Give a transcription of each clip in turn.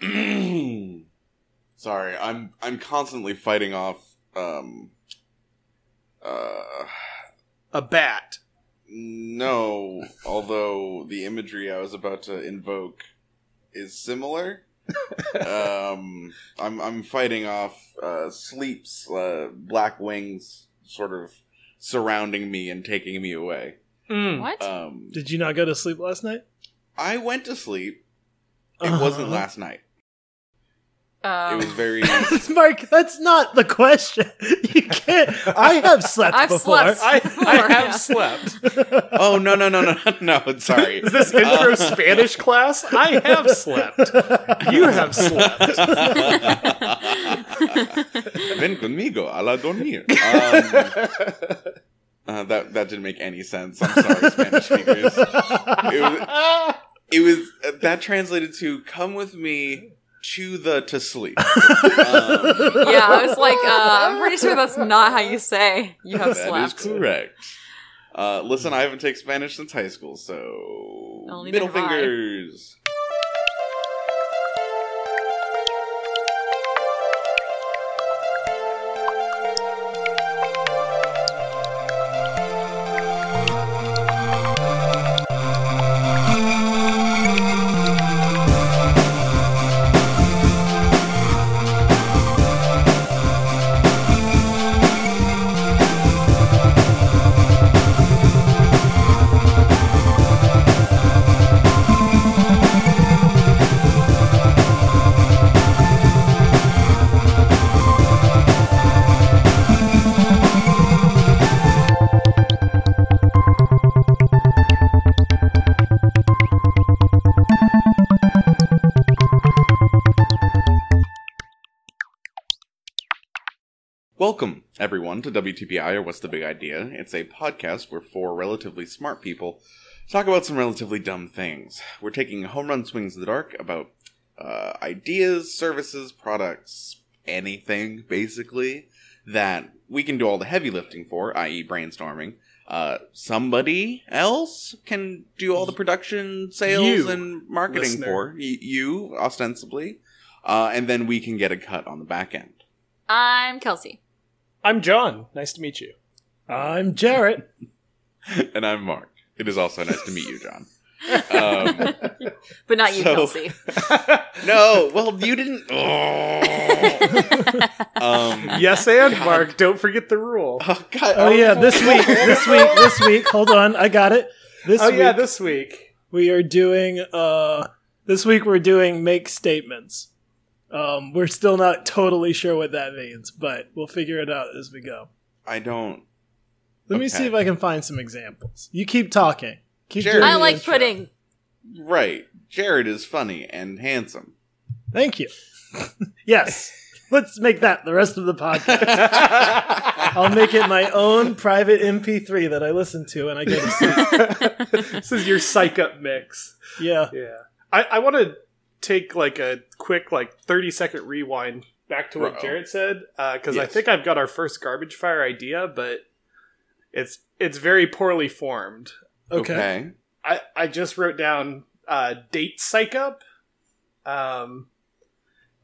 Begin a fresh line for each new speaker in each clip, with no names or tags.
Sorry, I'm I'm constantly fighting off um uh
A bat.
no, although the imagery I was about to invoke is similar. um I'm I'm fighting off uh sleeps uh black wings sort of surrounding me and taking me away.
Mm.
What?
Um
Did you not go to sleep last night?
I went to sleep. It wasn't
Uh-huh.
last night. Uh, It
Um,
was very
Mark, that's not the question. You can't. I have slept
I've
before.
slept.
I, I have
Yeah.
slept.
Oh no no no no no! Sorry.
Is this intro
Uh,
Spanish class? I have slept. You have slept.
Ven conmigo a la dormir. Um, uh, that that didn't make any sense. I'm sorry, Spanish speakers. It was, it was uh, that translated to "come with me to the to sleep." Um,
yeah, I was like, uh, I'm pretty sure that's not how you say you have
that is
slept.
correct. Uh, listen, I haven't taken Spanish since high school, so
Only
middle
been high.
fingers. Welcome, everyone, to WTBI or What's the Big Idea? It's a podcast where four relatively smart people talk about some relatively dumb things. We're taking home run swings in the dark about uh, ideas, services, products, anything, basically, that we can do all the heavy lifting for, i.e., brainstorming. Uh, somebody else can do all the production, sales,
You,
and marketing
listener.
for y- you, ostensibly, uh, and then we can get a cut on the back end.
I'm Kelsey.
I'm John. Nice to meet you.
I'm Jarrett.
and I'm Mark. It is also nice to meet you, John. Um,
But not you,
So-
Kelsey.
no, well, you didn't. Oh. um,
Yes, and Mark. Don't forget the rule.
Oh, God.
Oh yeah, this week, this week, this week. Hold on, I got it. This
oh
week
yeah, this week.
we are doing. Uh, this week we're doing make statements. Um, we're still not totally sure what that means, but we'll figure it out as we go.
I don't.
Let
Okay.
me see if I can find some examples. You keep talking. Keep
Sure.
doing
I
the
like
intro.
pudding.
Right. Jared is funny and handsome.
Thank you. yes, let's make that the rest of the podcast. I'll make it my own private MP3 that I listen to and I go to sleep.
this is your psych up mix.
Yeah.
Yeah. I, I want to take like a quick like 30 second rewind back to what
Uh-oh.
Jared said because I
Yes.
think I've got our first garbage fire idea, but it's it's very poorly formed.
Okay.
I, I just wrote down uh, date psych up. Um,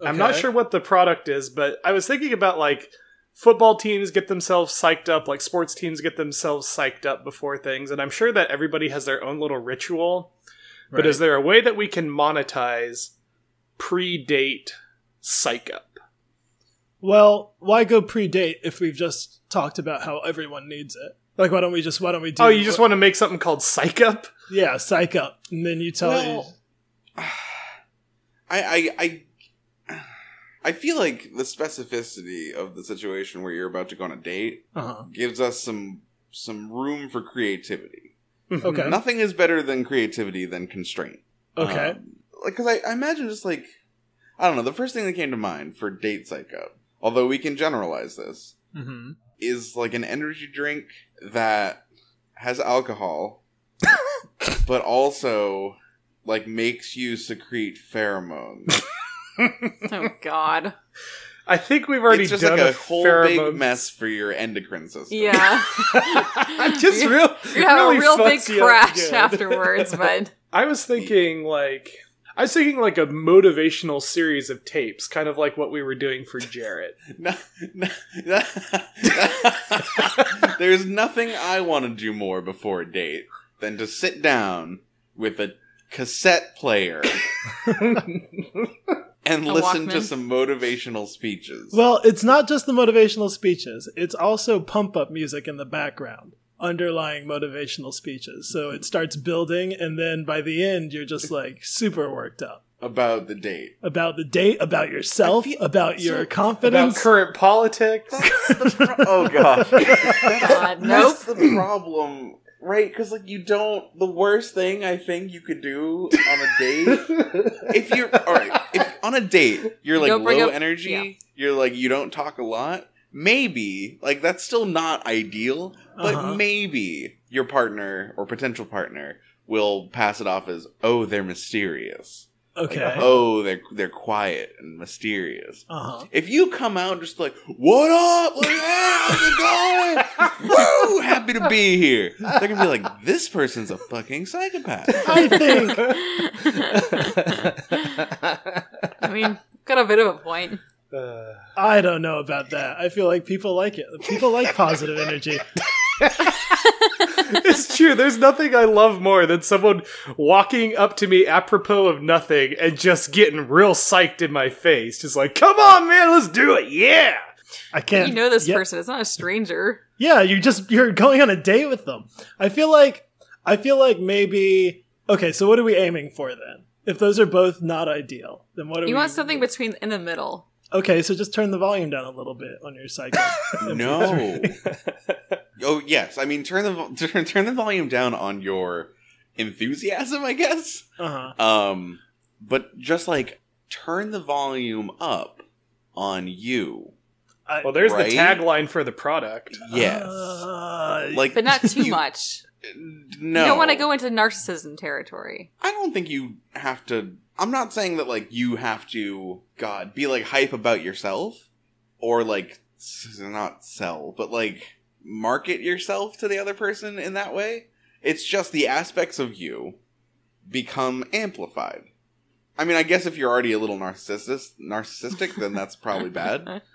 I'm not
Okay.
sure what the product is, but I was thinking about like football teams get themselves psyched up, like sports teams get themselves psyched up before things, and I'm sure that everybody has their own little ritual. But
Right.
is there a way that we can monetize pre-date psych up?
Well, why go predate if we've just talked about how everyone needs it? Like, why don't we just why don't we do?
oh, you just want to make something called psych up?
yeah, psych up, and then you tell
Well, I, I, I, I feel like the specificity of the situation where you're about to go on a date
you. Uh-huh.
gives us some some room for creativity.
mm-hmm.
Okay.
Nothing is better than creativity than constraint.
uh,
Okay.
Um, like, because I, I imagine just like, I don't know, the first thing that came to mind for date psycho, although we can generalize this,
mm-hmm.
is like an energy drink that has alcohol, but also like makes you secrete pheromones.
Oh God.
I think we've already
it's just
done
like a,
a
whole
pheromone-
big mess for your endocrine system.
Yeah.
I just
You-
real,
You have
really
a real big
fucks you up
crash
good.
afterwards, but
I was thinking like I was thinking like a motivational series of tapes, kind of like what we were doing for Jarrett.
No, no, there's nothing I want to do more before a date than to sit down with a cassette player and
A
listen to
Walkman.
some motivational speeches.
Well, it's not just the motivational speeches, it's also pump up music in the background, underlying motivational speeches. So it starts building, and then by the end, you're just like super worked up
about the date.
about the date, about yourself, about your confidence.
About current politics.
oh gosh.
God, nope.
That's the problem, right? Because like you don't. The worst thing I think you could do on a date if you're all right. If on a date you're like
Don't bring
low
up-
energy,
yeah.
you're like you don't talk a lot. Maybe like that's still not ideal, but
Uh-huh.
maybe your partner or potential partner will pass it off as oh they're mysterious. Like,
okay.
oh they're they're quiet and mysterious.
Uh huh.
If you come out just like, what up? Like, "Ah, how's it going? Woo! Happy to be here. They're gonna be like, this person's a fucking psychopath.
I think
I mean, got a bit of a point.
Uh,
I don't know about that. I feel like people like it. People like positive energy.
it's true. There's nothing I love more than someone walking up to me apropos of nothing and just getting real psyched in my face. Just like, come on, man, let's do it. Yeah.
I can't.
You know this
yeah,
person. It's not a stranger.
Yeah, you just you're going on a date with them. I feel like I feel like maybe okay. So what are we aiming for then? If those are both not ideal, then what are
You
we?
want something between in the middle.
Okay, so just turn the volume down a little bit on your cycle.
no. Oh yes, I mean turn the vo- turn, turn the volume down on your enthusiasm, I guess.
Uh huh.
Um, but just like turn the volume up on you.
Well, there's
Right?
the tagline for the product.
Yes,
Uh,
like
but not too
you-
much.
No,
You don't want to go into narcissism territory.
I don't think you have to. I'm not saying that like you have to, God, be like hype about yourself or like s- not sell, but like market yourself to the other person in that way. It's just the aspects of you become amplified. I mean, I guess if you're already a little narcissist, narcissistic, then that's probably bad.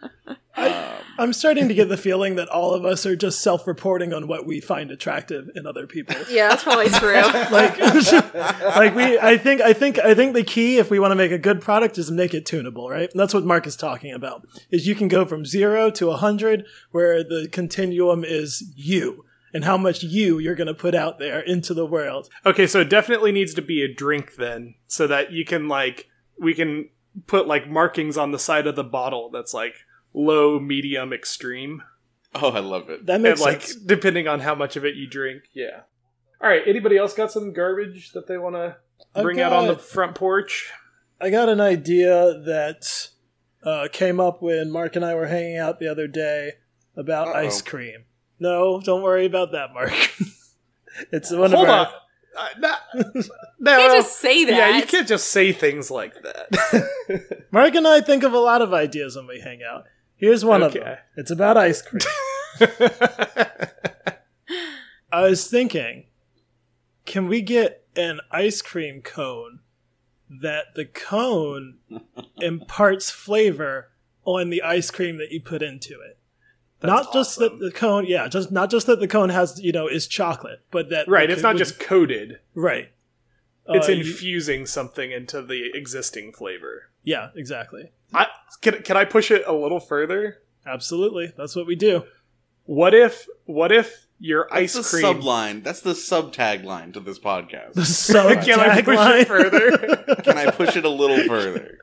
Um,
I'm starting to get the feeling that all of us are just self-reporting on what we find attractive in other people.
Yeah, that's probably true.
Like, like we, I think, I think, I think the key, if we want to make a good product, is make it tunable, right? And that's what Mark is talking about. Is you can go from zero to a hundred, where the continuum is you and how much you you're going to put out there into the world.
Okay, so it definitely needs to be a drink then, so that you can like we can put like markings on the side of the bottle that's like low, medium, extreme,
oh, I love it.
That makes
and like
sense.
depending on how much of it you drink. Yeah. All right. Anybody else got some garbage that they want to
I've
bring out on the
got-
front porch?
I got an idea that uh, came up when Mark and I were hanging out the other day about
Uh-oh.
ice cream. No, don't worry about that, Mark. it's one
Hold
of our.
on. Uh, no,
You
no.
can't just say that.
yeah, you can't just say things like that.
Mark and I think of a lot of ideas when we hang out. Here's one of them.
Okay.
It's about ice cream. I was thinking, can we get an ice cream cone that the cone imparts flavor on the ice cream that you put into it? not just that
awesome.
the cone, yeah, just not just that the cone has, you know, is chocolate, but that
right.
the
It's
cone
not
would-
just coded.
right.
It's
Uh, you-
infusing something into the existing flavor.
yeah, exactly,
I, can can I push it a little further?
absolutely. That's what we do.
What if what if your
That's
ice
the
cream?
subline. That's the sub tagline to this podcast.
The sub
Can I push
tagline.
it further?
Can I push it a little further?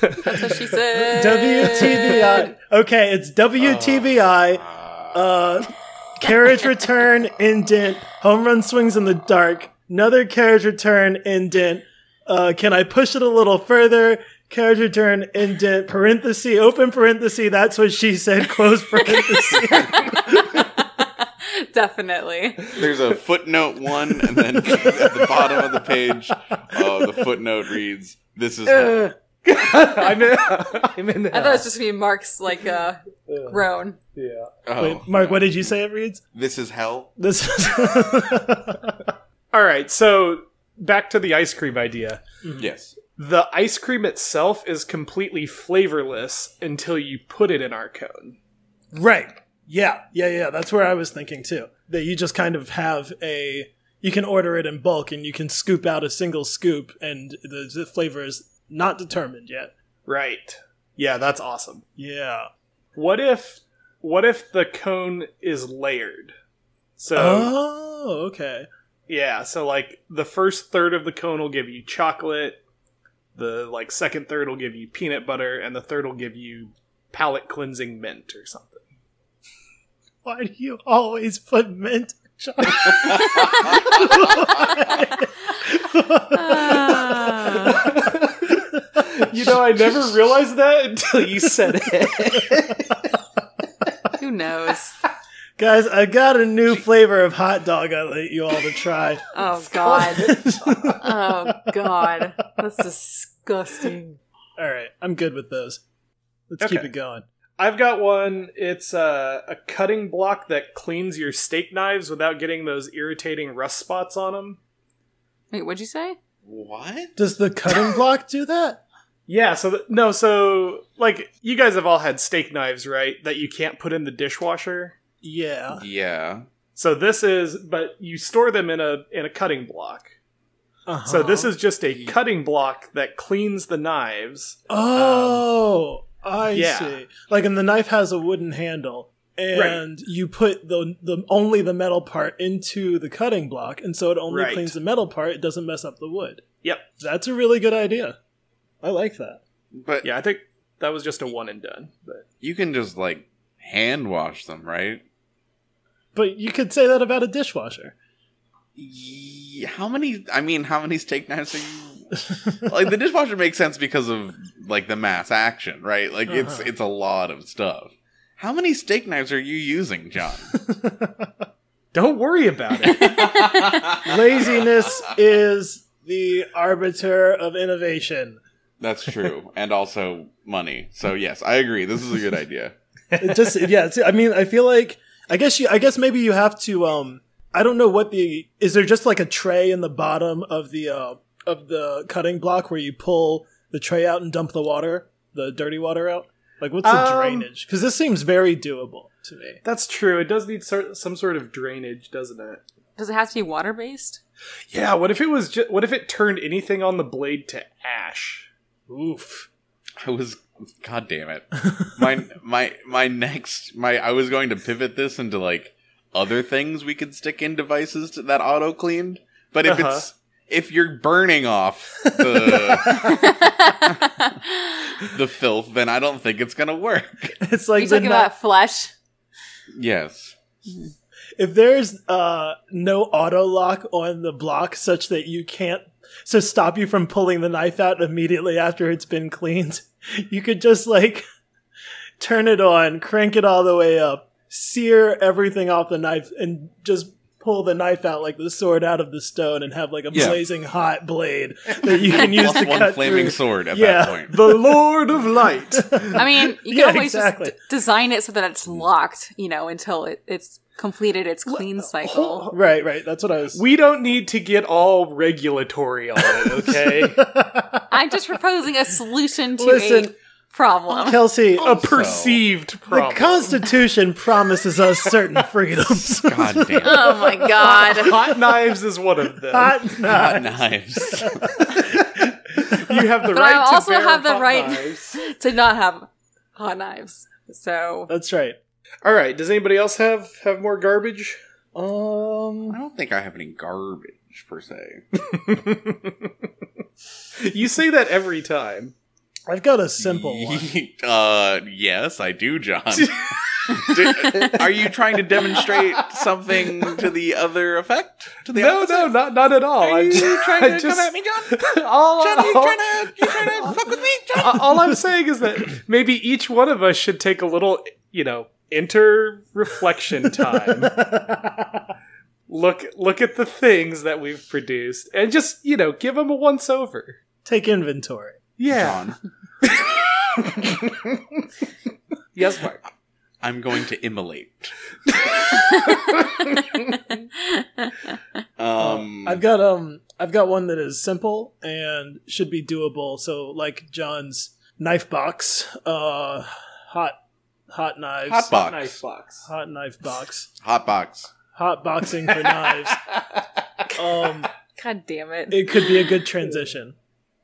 That's what she said.
WTBI. Okay, it's
Oh.
WTBI. Uh, carriage return indent. Home run swings in the dark. Another carriage return indent. Uh, can I push it a little further? Carriage return indent. Parenthesis. Open parenthesis. That's what she said. Close parenthesis.
Definitely.
There's a footnote one, and then at the bottom of the page, uh, the footnote reads, "This is hell."
Uh,
I'm in. I'm in
I thought it
there.
was just gonna be Mark's like uh, groan.
Yeah.
Oh,
Wait, Mark, what did you say it reads?
this is hell.
This is.
All right. So back to the ice cream idea.
Mm-hmm.
Yes,
the ice cream itself is completely flavorless until you put it in our cone.
Right. Yeah. Yeah. Yeah. That's where I was thinking too. That you just kind of have a. You can order it in bulk and you can scoop out a single scoop, and the, the flavor is not determined yet.
Right. Yeah, that's awesome.
Yeah.
What if what if the cone is layered? So
Oh, okay.
yeah, so like the first third of the cone will give you chocolate, the like second third will give you peanut butter, and the third will give you palate cleansing mint or something.
Why do you always put mint in chocolate?
Ah.
You know, I never realized that until you said it.
who knows?
Guys, I got a new flavor of hot dog I let you all to try.
Oh god. Oh god. That's disgusting.
all right, I'm good with those. Let's keep
Okay.
it going.
I've got one. It's a, a cutting block that cleans your steak knives without getting those irritating rust spots on them.
Wait, what'd you say?
What?
Does the cutting block do that?
Yeah, so th- no, so like you guys have all had steak knives, right? That you can't put in the dishwasher.
Yeah.
Yeah.
So this is but you store them in a in a cutting block.
Uh-huh.
So this is just a cutting block that cleans the knives.
Oh, I
Um, yeah.
see. Like, and the knife has a wooden handle, and you put the the only the metal part into the cutting block, and so it only
Right.
cleans the metal part. It doesn't mess up the wood.
Yep.
That's a really good idea. I like that.
But
Yeah, I think that was just a one and done. But
you can just like hand wash them, right?
But you could say that about a dishwasher.
Ye- How many? I mean, how many steak knives are you? like the dishwasher makes sense because of like the mass action, right? Like it's
Uh-huh.
it's a lot of stuff. How many steak knives are you using, John?
don't worry about it.
Laziness is the arbiter of innovation.
That's true, and also money. So yes, I agree. This is a good idea.
It just yeah, it's, I mean, I feel like I guess you I guess maybe you have to um I don't know what the is there just like a tray in the bottom of the uh of the cutting block where you pull the tray out and dump the water, the dirty water out? Like what's the
Um,
drainage? Cuz this seems very doable to me.
That's true. It does need sort- some sort of drainage, doesn't it?
Does it have to be water based?
Yeah. What if it was? Ju- what if it turned anything on the blade to ash?
Oof.
I was god damn it. My my my next my I was going to pivot this into like other things we could stick in devices to, that auto cleaned, but if
Uh-huh.
it's if you're burning off the the filth, then I don't think it's going to work.
It's
Are
like
you
the
talking
not-
about flesh?
Yes.
if there's uh, no auto lock on the block such that you can't so stop you from pulling the knife out immediately after it's been cleaned you could just like turn it on crank it all the way up sear everything off the knife and just pull the knife out like the sword out of the stone and have like a
Yeah.
blazing hot blade that you can use
Plus
to
one
cut
flaming
through.
sword at
Yeah.
that point.
The Lord of Light.
I mean, you can
Yeah,
always
exactly.
just d- design it so that it's locked, you know, until it, it's completed its clean cycle.
right right that's what i was
we don't need to get all regulatory on it, okay?
I'm just proposing a solution to
Listen,
a problem.
kelsey
A perceived
the
problem.
constitution promises us certain freedoms
God damn.
oh my god.
Hot knives is one of them.
Hot
Hot
knife.
knives.
you have the
But
right
I also
to bear
have the
hot
right-
knives.
to not have hot knives. So
That's right.
All right. Does anybody else have have more garbage?
I
Um,
don't think I have any garbage per se.
You say that every time.
I've got a simple one.
uh, yes, I do, John. Do- are you trying to demonstrate something to the other effect? To the
No,
opposite?
no, not not at all.
Are
I'm
you
ju-
trying
I
to
just-
come at me, John?
all,
John, are you
all-
trying to, you trying to fuck with me, John?
all- all I'm saying is that maybe each one of us should take a little, you know, inter reflection time. look look at the things that we've produced and just you know give them a once over
Take inventory.
yeah
John,
yes mark
I'm going to immolate. Um,
Oh,
I've got um I've got one that is simple and should be doable. So like John's knife box, uh, hot hot knives,
Hot box.
Knife box.
hot knife box,
Hot box.
hot boxing for knives. Um,
God damn it.
it could be a good transition.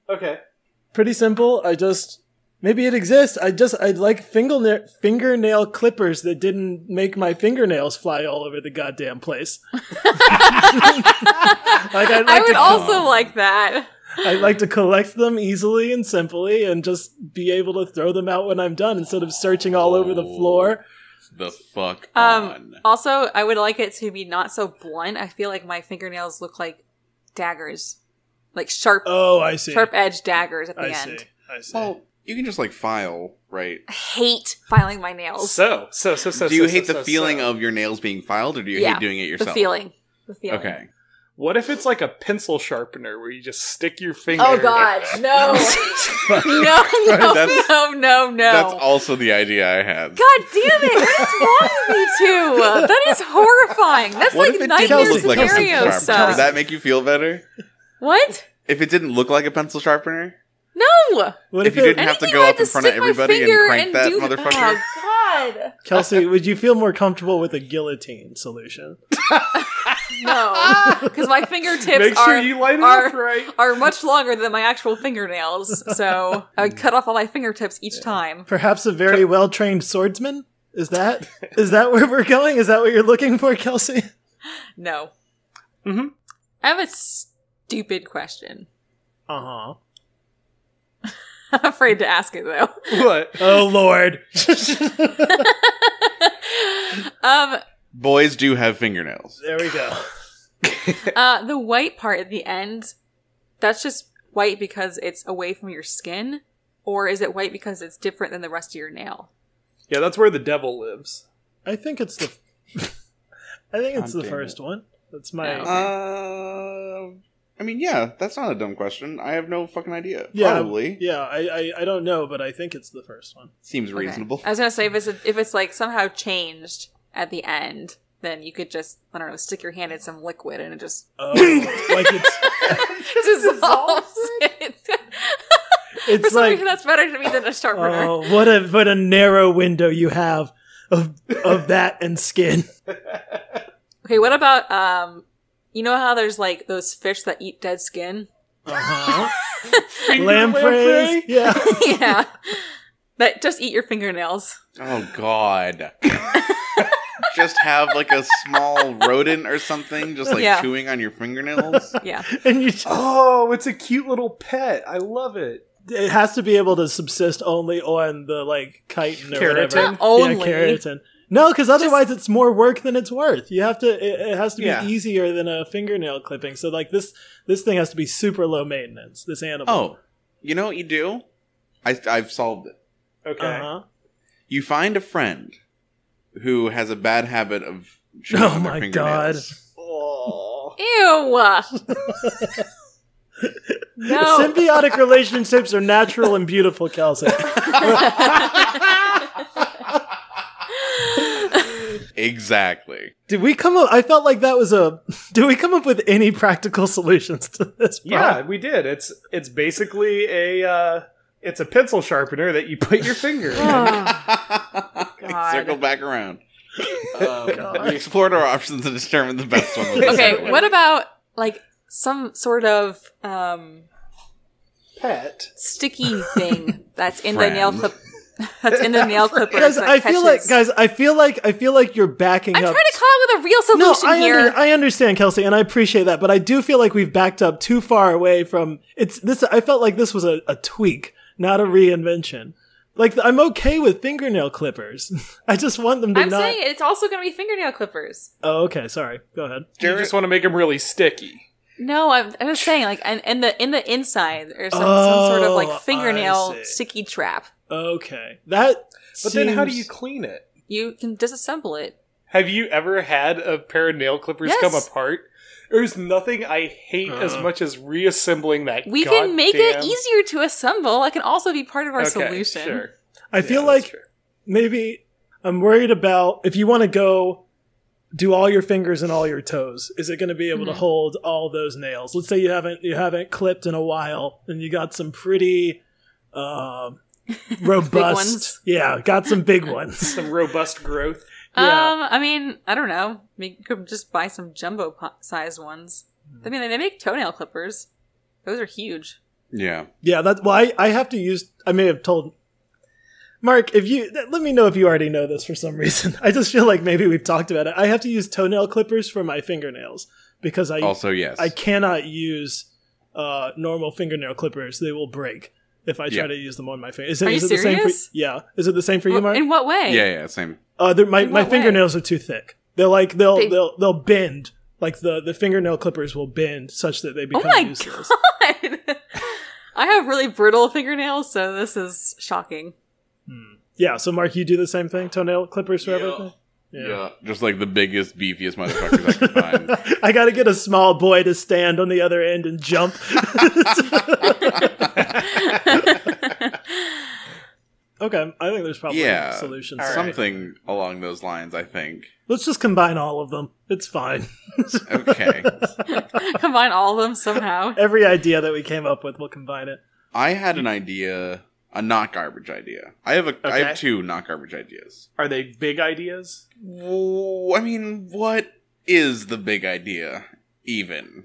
Okay.
Pretty simple. I just maybe it exists. I just I'd like fingernail fingernail clippers that didn't make my fingernails fly all over the goddamn place. Like I'd like
I
to
would also
Oh.
like that.
I like to collect them easily and simply and just be able to throw them out when I'm done instead of searching all over the floor.
The fuck
Um,
on.
Also, I would like it to be not so blunt. I feel like my fingernails look like daggers, like sharp,
Oh, I see.
sharp edge daggers at the
I see.
end.
I see.
Well, you can just like file, right?
I hate filing my nails.
So, so, so, so.
Oh. do you
so,
hate
so,
the
so,
feeling
so.
of your nails being filed, or do you
Yeah,
hate doing it yourself?
the feeling, the feeling.
Okay.
What if it's like a pencil sharpener where you just stick your finger?
Oh God, no, no, no,
That's-
no, no, no.
That's also the idea I had.
God damn it! What's wrong with you two? That is horrifying. That's
what if
like
it didn't
nightmare
look like a pencil
scenario
sharpener?
stuff.
Would that make you feel better?
what?
If it didn't look like a pencil sharpener?
No.
What
if
if,
you
it,
didn't have to
Anything
go
where I
up in
just
front of
stick my
everybody and
finger
crank that
do-
motherfucker?
Oh God.
Kelsey, would you feel more comfortable with a guillotine solution?
Oh, No, because my fingertips
Make sure
are
you light it
are-
up right.
are much longer than my actual fingernails, so I would cut off all my fingertips each time.
Perhaps a very well trained swordsman? Is that is that where we're going? Is that what you're looking for, Kelsey?
No,
Mhm.
I have a stupid question.
Uh huh.
I'm afraid to ask it though.
What?
Oh Lord.
Um,
Boys do have fingernails.
there we go.
uh, the white part at the end, that's just white because it's away from your skin, or is it white because it's different than the rest of your nail?
Yeah, that's where the devil lives.
I think it's the I think it's
God
the
damn
first one. That's my
No.
Uh, I mean, yeah, that's not a dumb question. I have no fucking idea.
Yeah,
Probably.
Yeah, I, I I don't know, but I think it's the first one.
Seems
Okay.
reasonable.
I was gonna say if it's if it's like somehow changed at the end, then you could just I don't know stick your hand in some liquid and it just
Oh, like it's
dissolves it. For
it's
some
like
reason, that's better to me than a sharpener.
oh, what a what a narrow window you have of of that and skin.
Okay, what about um? You know how there's like those fish that eat dead skin?
Uh-huh.
Finger
Lampreys,
lamprey?
yeah.
yeah, that just eat your fingernails.
Oh God. just have like a small rodent or something, just like
Yeah.
chewing on your fingernails.
Yeah,
And you, just-
Oh, it's a cute little pet. I love it.
it has to be able to subsist only on the like chitin or
Keratin?
whatever.
Not only.
yeah, keratin. No, because otherwise it's more work than it's worth. You have to. It, it has to be
Yeah.
easier than a fingernail clipping. So like this, this thing has to be super low maintenance. This animal.
Oh, you know what you do? I, I've solved it.
Okay.
uh huh.
You find a friend who has a bad habit of chewing
Oh
on their
my god.
fingernails.
Oh.
ew. no.
Symbiotic relationships are natural and beautiful, Kelsey.
Exactly.
Did we come up? I felt like that was a. Did we come up with any practical solutions to this? problem?
Yeah, we did. It's it's basically a uh, it's a pencil sharpener that you put your finger. in.
Oh, God.
Circle back around.
Oh,
Um, we explored our options and determined the best one. was the second
okay,
one.
what about like some sort of um
Pet.
sticky thing that's in the nail
Friend.
clip that's in the nail clipper.
guys,
that
I feel like
catches-
guys, I feel like I feel like you're backing
I'm
up.
trying to come up with a real
no,
solution
I,
here.
under- I understand, Kelsey, and I appreciate that, but I do feel like we've backed up too far away from it's this. I felt like this was a, a tweak, not a reinvention. Like I'm okay with fingernail clippers. I just want them to
I'm
not.
saying it's also going to be fingernail clippers.
oh, okay. Sorry. Go ahead.
You just want to make them really sticky.
No, I'm, I'm just saying, like, and in the in the inside, there's some, some sort of
Oh, I
like fingernail
see.
sticky trap.
Okay. That.
But then how do you
seems-
clean it?
You can disassemble it.
Have you ever had a pair of nail clippers
Yes.
come apart? There's nothing I hate as
Uh.
much as reassembling that.
We can make it
goddamn-
easier to assemble. That can also be part of our
Okay,
solution.
Sure.
I
Yeah,
feel
that's
like
true.
maybe I'm worried about if you want to go do all your fingers and all your toes? Is it going to be able to
Mhm.
hold all those nails? Let's say you haven't you haven't clipped in a while, and you got some pretty uh,
ones.
robust, yeah, got some big ones.
Some robust growth.
Yeah.
Um, I mean, I don't know. Maybe you could just buy some jumbo po- size ones. I mean, they make toenail clippers. Those are huge.
Yeah.
Yeah, that's why well, I, I have to use. I may have told Mark if you th- let me know if you already know this for some reason. I just feel like maybe we've talked about it. I have to use toenail clippers for my fingernails because I
also, yes.
I cannot use uh, normal fingernail clippers. They will break if I try
Yeah.
to use them on my finger. Is it,
Are you
is it the same for
serious?
yeah? Is it the same for you,
Wha-
Mark?
In what way?
yeah, yeah, same.
Uh, they're- my
in
my
what way?
fingernails are too thick. They're like they'll
They-
they, will they'll bend. Like the the fingernail clippers will bend such that they
Oh
become
my
useless.
god! I have really brittle fingernails, so this is shocking.
Yeah. So Mark, you do the same thing. Toenail clippers for
Yeah.
everything.
Just like the biggest, beefiest motherfuckers I could find.
I got to get a small boy to stand on the other end and jump. okay, I think there's probably
Yeah.
a solution.
All right.
somewhere.
Something along those lines, I think.
Let's just combine all of them. It's fine.
Okay.
Combine all of them somehow.
Every idea that we came up with, we'll combine it.
I had an idea, a not garbage idea. I have a, I
Okay.
have two not garbage ideas.
Are they big ideas?
Wh- I mean, what is the big idea even?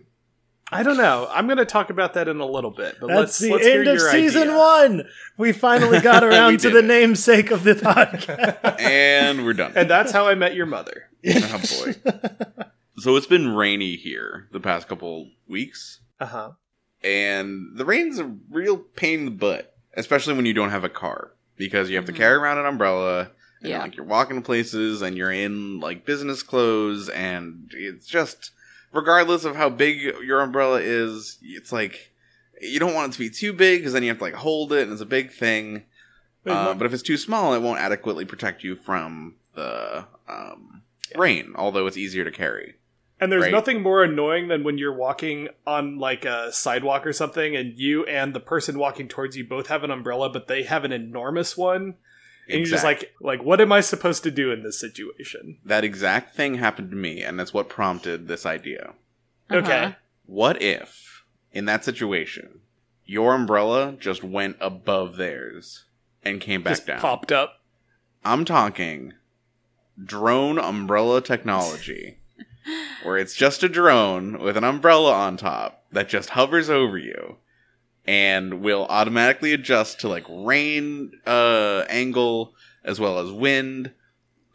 I don't know. I'm going to talk about that in a little bit. But let's,
That's the
let's
end
hear
of
your
season
idea.
one. We finally got
We
around to
did
the
it.
namesake of the podcast.
And we're done.
And that's how I met your mother.
oh boy. So it's been rainy here the past couple weeks,
Uh huh.
and the rain's a real pain in the butt, especially when you don't have a car because you have
Mm-hmm.
Mhm.
to carry around an umbrella. And
Yeah.
like you're walking to places and you're in like business clothes and it's just regardless of how big your umbrella is, it's like you don't want it to be too big because then you have to like hold it and it's a big thing.
Wait,
Uh,
Mark-
but if it's too small, it won't adequately protect you from the um, rain, although it's easier to carry.
And there's
Right.
nothing more annoying than when you're walking on like a sidewalk or something, and you and the person walking towards you both have an umbrella, but they have an enormous one, and you're just
Exact-
like, like, what am I supposed to do in this situation?
that exact thing happened to me, and that's what prompted this idea.
Uh-huh.
Okay,
What if, in that situation, your umbrella just went above theirs and came back
just
down?
popped up.
I'm talking drone umbrella technology, where it's just a drone with an umbrella on top that just hovers over you and will automatically adjust to like rain uh, angle as well as wind,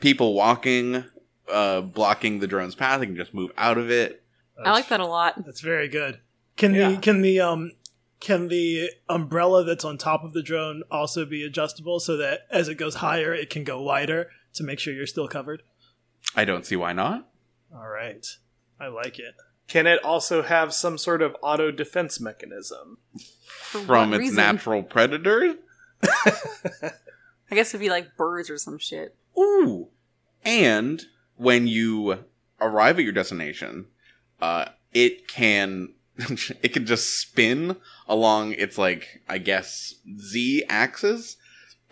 people walking, uh, blocking the drone's path, it can just move out of it.
I like that a lot.
That's very good. Can
Yeah.
the can the um can the umbrella that's on top of the drone also be adjustable so that as it goes higher, it can go wider to make sure you're still covered?
I don't see why not.
All right, I like it.
Can it also have some sort of auto defense mechanism?
For
From
what
its
reason?
natural predator?
I guess it'd be like birds or some shit.
Ooh. And when you arrive at your destination, uh, it can it can just spin along its like I guess Z axis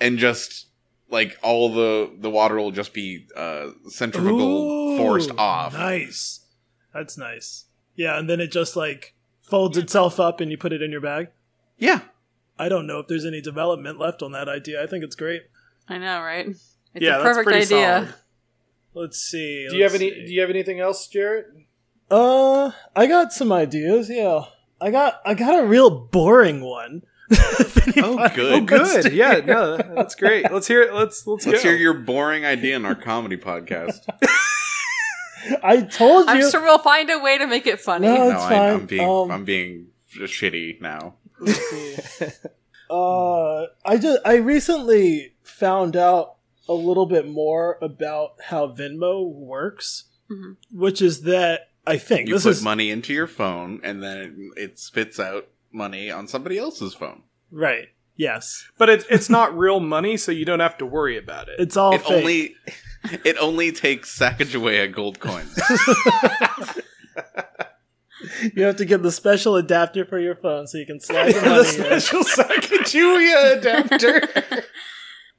and just like all the the water will just be uh centrifugal forced
Ooh,
off.
Nice. That's nice. Yeah, and then it just like folds itself up and you put it in your bag.
Yeah.
I don't know if there's any development left on that idea. I think it's great.
I know, right? It's
yeah, that's
a perfect
pretty
idea.
solid.
Let's see.
Do you have
let's
any?
see.
Do you have anything else, Jarrett?
Uh, I got some ideas. Yeah, I got I got a real boring one. oh,
good.
Oh, good. Yeah, no, that's great. Let's hear it. Let's let's,
Let's
go.
hear your boring idea in our comedy podcast.
I told you.
I'm sure we'll find a way to make it funny.
No,
no,
it's
I, I'm
fine.
being
Um,
I'm being shitty now.
Let's see. uh, I just I recently found out a little bit more about how Venmo works,
Mhm.
which is that I think
You
this
put
is
money into your phone, and then it, it spits out money on somebody else's phone.
right. Yes,
But it's it's not real money, so you don't have to worry about it.
it's all
it
fake.
only it only takes Sacagawea gold coins.
you have to get the special adapter for your phone so you can slide the money. in.
Sacagawea adapter.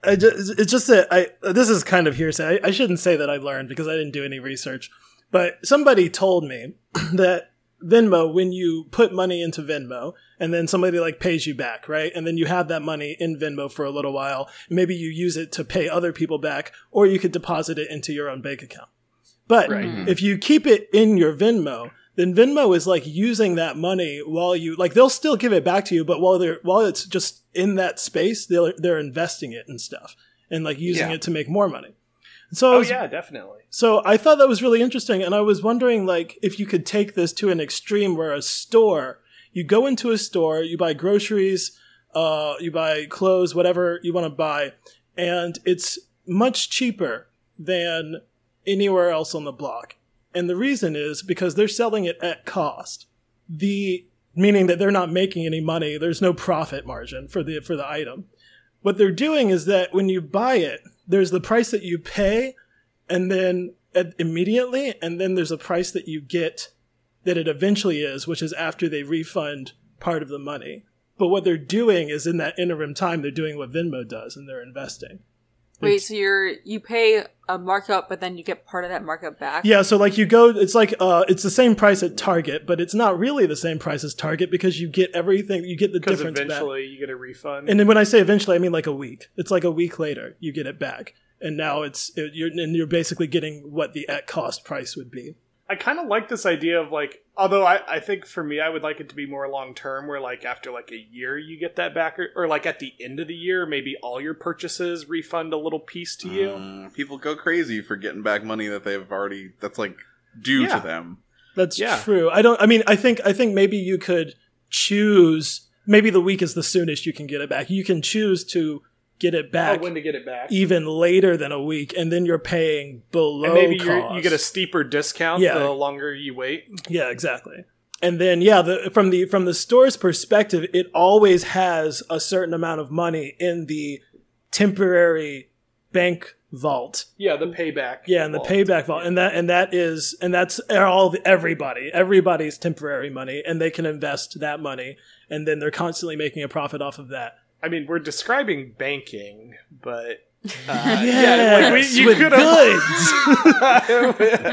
I just, it's just that I this is kind of hearsay. I, I shouldn't say that I learned because I didn't do any research, but somebody told me that Venmo when you put money into Venmo and then somebody like pays you back, right? And then you have that money in Venmo for a little while. Maybe you use it to pay other people back or you could deposit it into your own bank account. But
Right.
if you keep it in your Venmo, then Venmo is like using that money while you like they'll still give it back to you, but while they're while it's just in that space, they're they're investing it and stuff and like using
Yeah.
it to make more money. So I
Oh
was-
yeah, definitely.
so I thought that was really interesting, and I was wondering like if you could take this to an extreme where a store, you go into a store, you buy groceries, uh, you buy clothes, whatever you want to buy, and it's much cheaper than anywhere else on the block. And the reason is because they're selling it at cost. The meaning that they're not making any money, there's no profit margin for the for the item. What they're doing is that when you buy it, there's the price that you pay and then uh, immediately, and then there's a price that you get that it eventually is, which is after they refund part of the money. But what they're doing is in that interim time, they're doing what Venmo does and they're investing.
Wait, so you're you pay a markup, but then you get part of that markup back?
Yeah, so like you go, it's like uh, it's the same price at Target, but it's not really the same price as Target because you get everything, you get the
Because
difference back.
eventually you get a refund.
And then when I say eventually, I mean like a week. It's like a week later you get it back, and now it's it, you're and you're basically getting what the at cost price would be.
I kind of like this idea of like, although I, I think for me, I would like it to be more long term, where like after like a year you get that back, or, or like at the end of the year, maybe all your purchases refund a little piece to you.
Mm, people go crazy for getting back money that they've already that's like due
Yeah.
to them.
That's
Yeah.
true. I don't. I mean, I think I think maybe you could choose. Maybe the week is the soonest you can get it back. You can choose to get it
Oh,
back
when to get it back?
even later than a week, and then you're paying below.
and maybe you're,
cost.
you get a steeper discount
Yeah.
the longer you wait.
Yeah, exactly. And then yeah, the, from the from the store's perspective, it always has a certain amount of money in the temporary bank vault.
Yeah, the payback.
Yeah, and the
vault.
payback vault, and that and that is and that's all everybody, everybody's temporary money, and they can invest that money, and then they're constantly making a profit off of that.
I mean, we're describing banking, but uh,
Yes, with goods.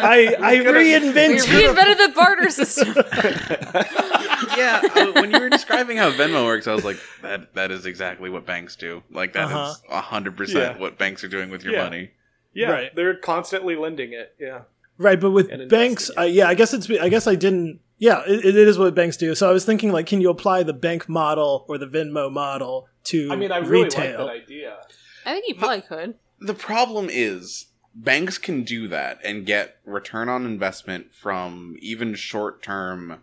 I I
could've-
We
reinvented.
reinvented the barter system.
yeah, uh, when you were describing how Venmo works, I was like, that that is exactly what banks do. Like that
Uh-huh.
is a hundred
Yeah.
percent what banks are doing with your
Yeah.
money.
yeah,
Right.
they're constantly lending it. Yeah.
Right, but with
and invest
banks,
in it.
I, yeah, I guess it's. I guess I didn't. Yeah, it, it is what banks do. So I was thinking, like, can you apply the bank model or the Venmo model to
I mean, I really
retail?
like that idea.
I think you probably could.
The problem is banks can do that and get return on investment from even short term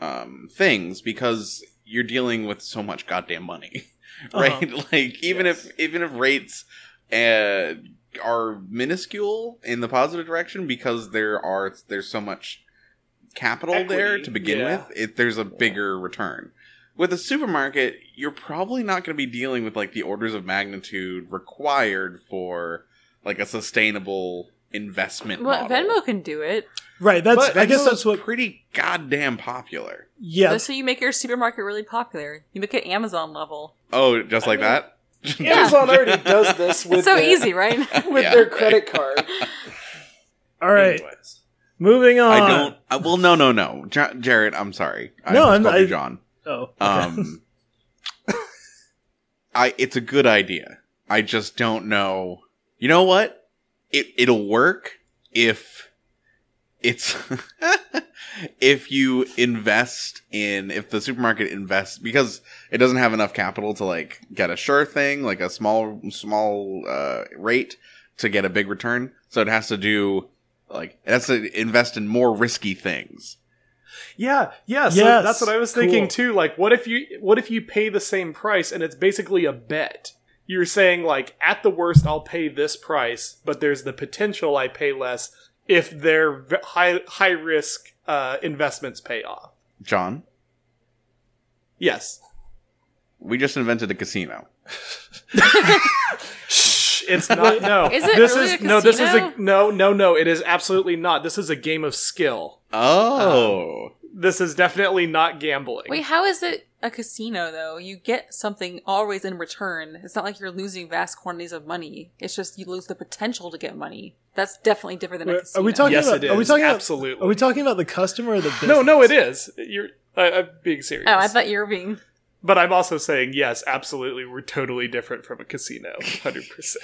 um, things because you're dealing with so much goddamn money,
Uh-huh.
right? Like even
Uh-huh. Yes.
if even if rates uh, are minuscule in the positive direction because there are there's so much capital there
Equity,
to begin
yeah.
with, it, there's a bigger return. With a supermarket, you're probably not going to be dealing with like the orders of magnitude required for like a sustainable investment.
Well,
model.
Venmo can do it.
right. That's.
But
I guess
Venmo's
that's what.
pretty goddamn popular.
Yeah,
That's how you make your supermarket really popular. You make it Amazon level.
Oh, just like
mean,
that.
Amazon already does this with
It's so
their,
easy, right?
with
Yeah.
their credit card.
All right,
Anyways.
moving on.
I don't. I, well, no, no, no, Ja- Jared. I'm sorry. I
No,
no,
I'm-
I'm
I-
you John.
Oh, okay.
Um, I. It's a good idea. I just don't know. You know what? It it'll work if it's if you invest in if the supermarket invests because it doesn't have enough capital to like get a sure thing like a small small uh, rate to get a big return. So it has to do like it has to invest in more risky things.
Yeah, yeah. So
Yes,
that's what I was thinking
cool.
too. Like, what if you what if you pay the same price and it's basically a bet? You're saying like, at the worst, I'll pay this price, but there's the potential I pay less if their v- high high risk uh, investments pay off.
John,
Yes,
we just invented a casino.
Shh, it's not. No,
Is it
this
really
is
a
no. This is a
casino?
no, no, no. It is absolutely not. This is a game of skill.
Um,
Oh.
This is definitely not gambling.
Wait, how is it? a casino though. You get something always in return. It's not like you're losing vast quantities of money. It's just you lose the potential to get money. That's definitely different than a
Wait,
casino.
Are we talking
Yes,
about?
it
Are we
is.
talking About,
Absolutely.
are we talking about the customer or the business?
No, no, it is. You're I, I'm being serious.
Oh, I thought you were being
but I'm also saying yes, absolutely. We're totally different from a casino, hundred percent.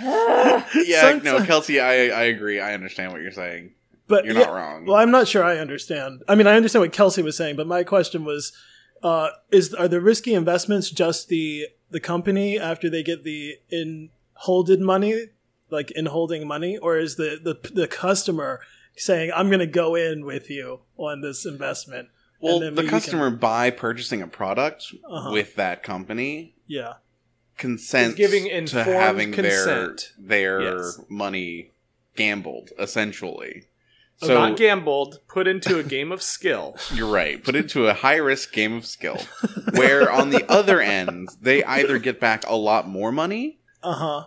Yeah,
Somet-
no, Kelsey, I I agree. I understand what you're saying.
but
You're
yeah,
not wrong.
Well, I'm not sure I understand. I mean, I understand what Kelsey was saying, but my question was: uh, Is are the risky investments just the the company after they get the in holded money, like in holding money, or is the the, the customer saying, "I'm going to go in with you on this investment"?
well,
and then
the
we can-
customer by purchasing a product
Uh-huh.
with that company
Yeah,
consents
Is giving
to
informed
having
consent.
their their
Yes.
money gambled essentially.
So,
So
Oh, Not gambled, put into a game of skill.
You're right. Put it to a high risk game of skill, where on the other end, they either get back a lot more money
uh huh.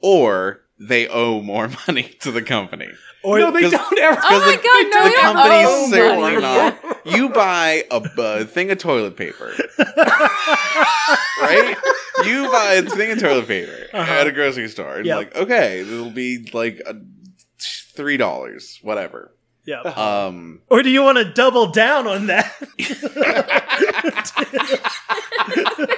or they owe more money to the company.
Or
no, they
'cause-
don't ever.
Oh my
the-
god, no,
the
they don't
company's
owe
certainly
money.
not. Oh You buy a, a thing of toilet paper, right? You buy a thing of toilet paper
Uh-huh.
at a grocery store. And
Yeah.
like, okay, it'll be like a, $3, whatever.
yeah.
Um,
Or do you want to double down on that?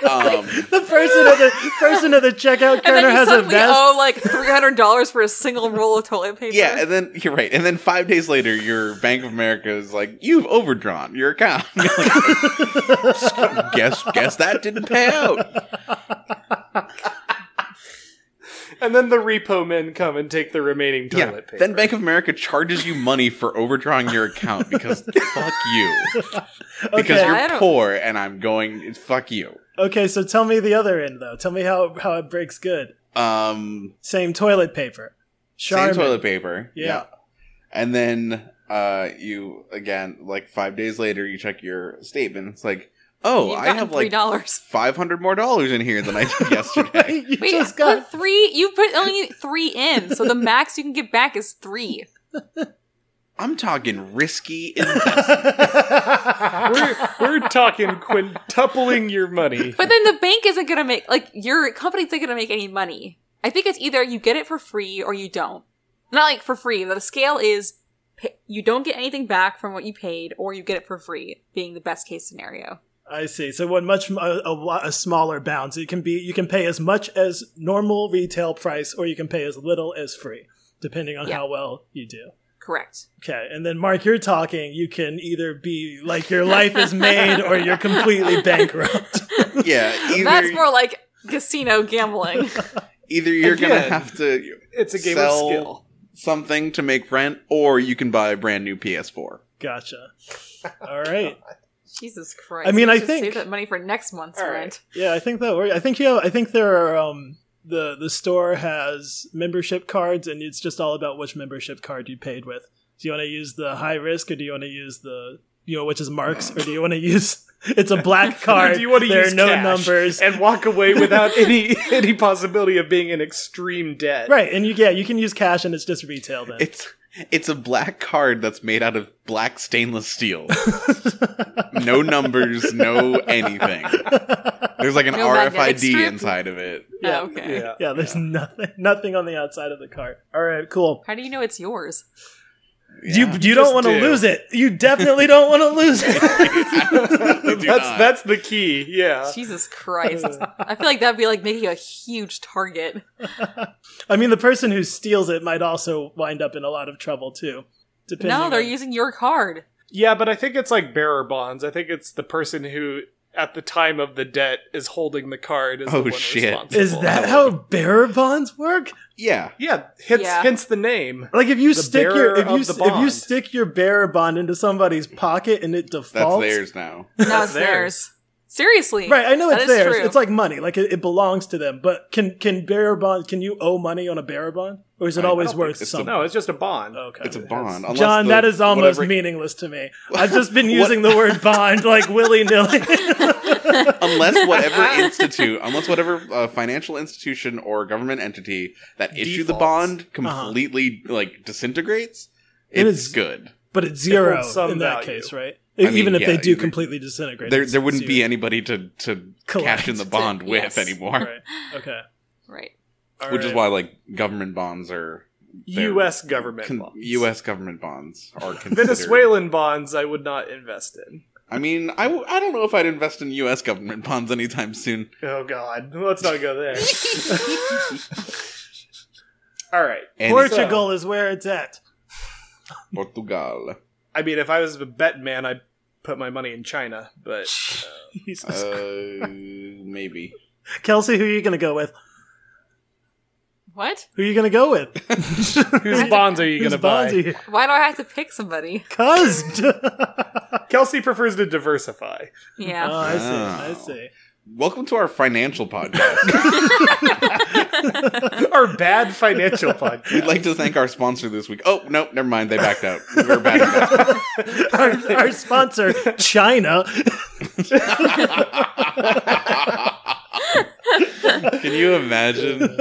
um,
The person at the person at the checkout
And
counter
then you
has a
suddenly
vest.
owe like three hundred dollars for a single roll of toilet paper.
Yeah, and then you're right. And then five days later, your Bank of America is like, "You've overdrawn your account." You're like, guess guess that didn't pay out.
And then the repo men come and take the remaining toilet
Yeah.
paper.
Then Bank of America charges you money for overdrawing your account because fuck you, because
Okay.
Yeah, I
you're
don't-
poor, and I'm going fuck you.
Okay, so tell me the other end though. Tell me how how it breaks good.
Um,
Same toilet paper. Charmin.
same toilet paper.
Yeah.
and then uh, you again, like five days later, you check your statement. It's like, oh,
You've
I
gotten
have
three
like.
dollars.
Five hundred more dollars in here than I did yesterday.
you
Wait,
just
put
got
three. You put only three in, so the max you can get back is three.
I'm talking risky.
we're, we're talking quintupling your money.
But then the bank isn't gonna make like your company's not gonna make any money. I think it's either you get it for free or you don't. Not like for free. The scale is pa- you don't get anything back from what you paid, or you get it for free, being the best case scenario.
I see. So one much a, a, wa- a smaller bounds. It can be you can pay as much as normal retail price or you can pay as little as free, depending on
Yeah.
how well you do.
Correct.
Okay, and then Mark, you're talking, you can either be like your life is made or you're completely bankrupt.
yeah, either,
That's more like casino gambling.
either you're gonna
Again.
have to
It's a game
Sell-
of skill.
something to make rent, or you can buy a brand new PS4.
Gotcha. All right.
Jesus Christ!
I mean,
You
I
should
think-
save that money for next month's
All right.
rent.
Yeah, I think that works. I think you have, I think there are um the the store has membership cards and it's just all about which membership card you paid with. Do you want to use the high risk or do you want to use the you know which is Mark's or do you want to use it's a black card.
Do you want to
there
use
are no
cash
numbers.
and walk away without any any possibility of being in extreme debt?
right, and you yeah, you can use cash and it's just retail then.
It's it's a black card that's made out of black stainless steel. no numbers, no anything. There's like an
No magnetic
RFID
strip?
inside of it.
Yeah.
Oh, okay.
Yeah.
yeah, there's nothing nothing on the outside of the card. All right, cool.
How do you know it's yours?
You
Yeah.
you don't
Just
want to
do.
lose it. You definitely don't want to lose it.
Absolutely do
that's
not.
that's the key. Yeah.
Jesus Christ! I feel like that'd be like making a huge target.
I mean, the person who steals it might also wind up in a lot of trouble too. Depending
No, they're
on-
using your card.
Yeah, but I think it's like bearer bonds. I think it's the person who at the time of the debt is holding the card is
Oh,
the one
shit.
responsible.
Is that how bearer bonds work?
yeah.
Yeah, hence
Yeah.
hence the name.
Like if you
The
stick your
bearer
if you
of
s-
the
if you
bond.
stick your bearer bond into somebody's pocket and it
That's
defaults.
theirs now.
No, it's
That's
theirs. Seriously.
Right, I know
That
it's
is
theirs.
true.
It's like money. Like it, it belongs to them. But can can bearer bond? Can you owe money on a bearer bond, or is it
I
always
don't think
worth
it's
something?
No, it's just a bond.
okay.
It's a bond. unless
John,
the-
that is almost
whatever-
meaningless to me. I've just been using the word bond like willy nilly.
unless whatever institute, unless whatever uh, financial institution or government entity that issued the
Defaults.
bond completely like disintegrates,
Uh-huh. It
it's
is-
good.
but it's zero
holds some
in that
value.
case, right?
I mean,
even if
yeah,
they do
you-
completely disintegrate.
There,
it's-
there wouldn't
it's
be
you.
anybody to to
Collect.
cash in the bond with
Yes.
anymore,
Right. Okay.
Right.
All
which is
right.
why like government bonds are they're
U.S. government
con-
bonds.
U.S. government bonds are considered.
Venezuelan bonds. I would not invest in.
I mean, I, w- I don't know if I'd invest in U.S. government bonds anytime soon.
Oh God, let's not go there. All right.
And
Portugal is where it's at.
Portugal.
I mean, if I was a bet man, I'd put my money in China. But
Jesus.
Uh, maybe.
Kelsey, who are you going to go with?
What?
Who are you going to go with?
whose bonds are you going to buy?
Why do I have to pick somebody?
Cuz.
Kelsey prefers to diversify.
Yeah.
Oh, I see. I
Oh.
see.
Welcome to our financial podcast.
Our bad financial podcast.
We'd like to thank our sponsor this week. Oh, nope, never mind. They backed out. We were bad investors.
Our, our sponsor, China.
Can you imagine?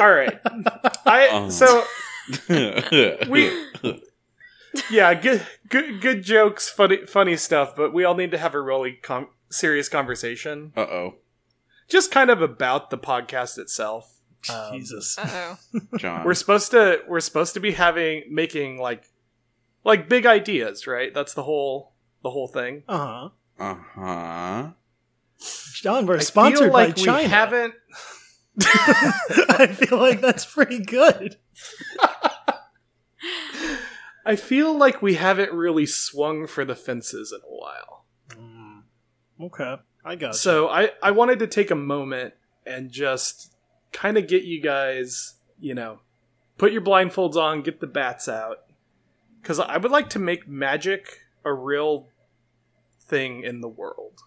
All right. I
Um.
so
we
yeah, good good good jokes, funny funny stuff, but we all need to have a really com- serious conversation,
Uh oh,
just kind of about the podcast itself. Um,
Jesus.
Uh oh.
John.
We're supposed to we're supposed to be having making like like big ideas, right? That's the whole the whole thing.
Uh huh.
uh huh.
John, we're
I
sponsored
feel like
by China.
We haven't
I feel like that's pretty good.
I feel like we haven't really swung for the fences in a while.
Hmm. Okay, I got
So I, I wanted to take a moment and just kind of get you guys, you know, put your blindfolds on, get the bats out. Because I would like to make magic a real thing in the world.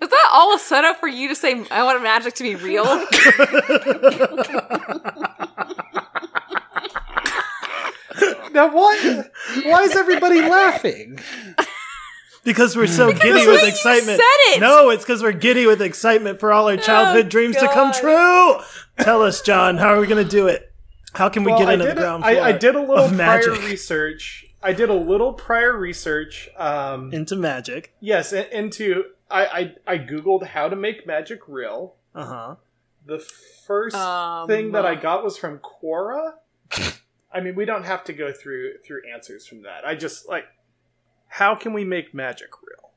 Was that all a setup for you to say I want magic to be real?
Now, why, why is everybody laughing?
because we're so giddy
that's
with
when you
excitement.
said it!
No, it's because we're giddy with excitement for all our childhood
Oh,
dreams to come
God.
true. Tell us, John, how are we going to do it? How can we
Well,
get
I
into the
did a-
ground floor?
I, I did a little
of
prior
magic
research. I did a little prior research. Um,
into magic.
yes, i- into I, I I googled how to make magic real.
Uh huh.
The first
Um,
thing that I got was from Quora. I mean, we don't have to go through through answers from that. I just like how can we make magic real?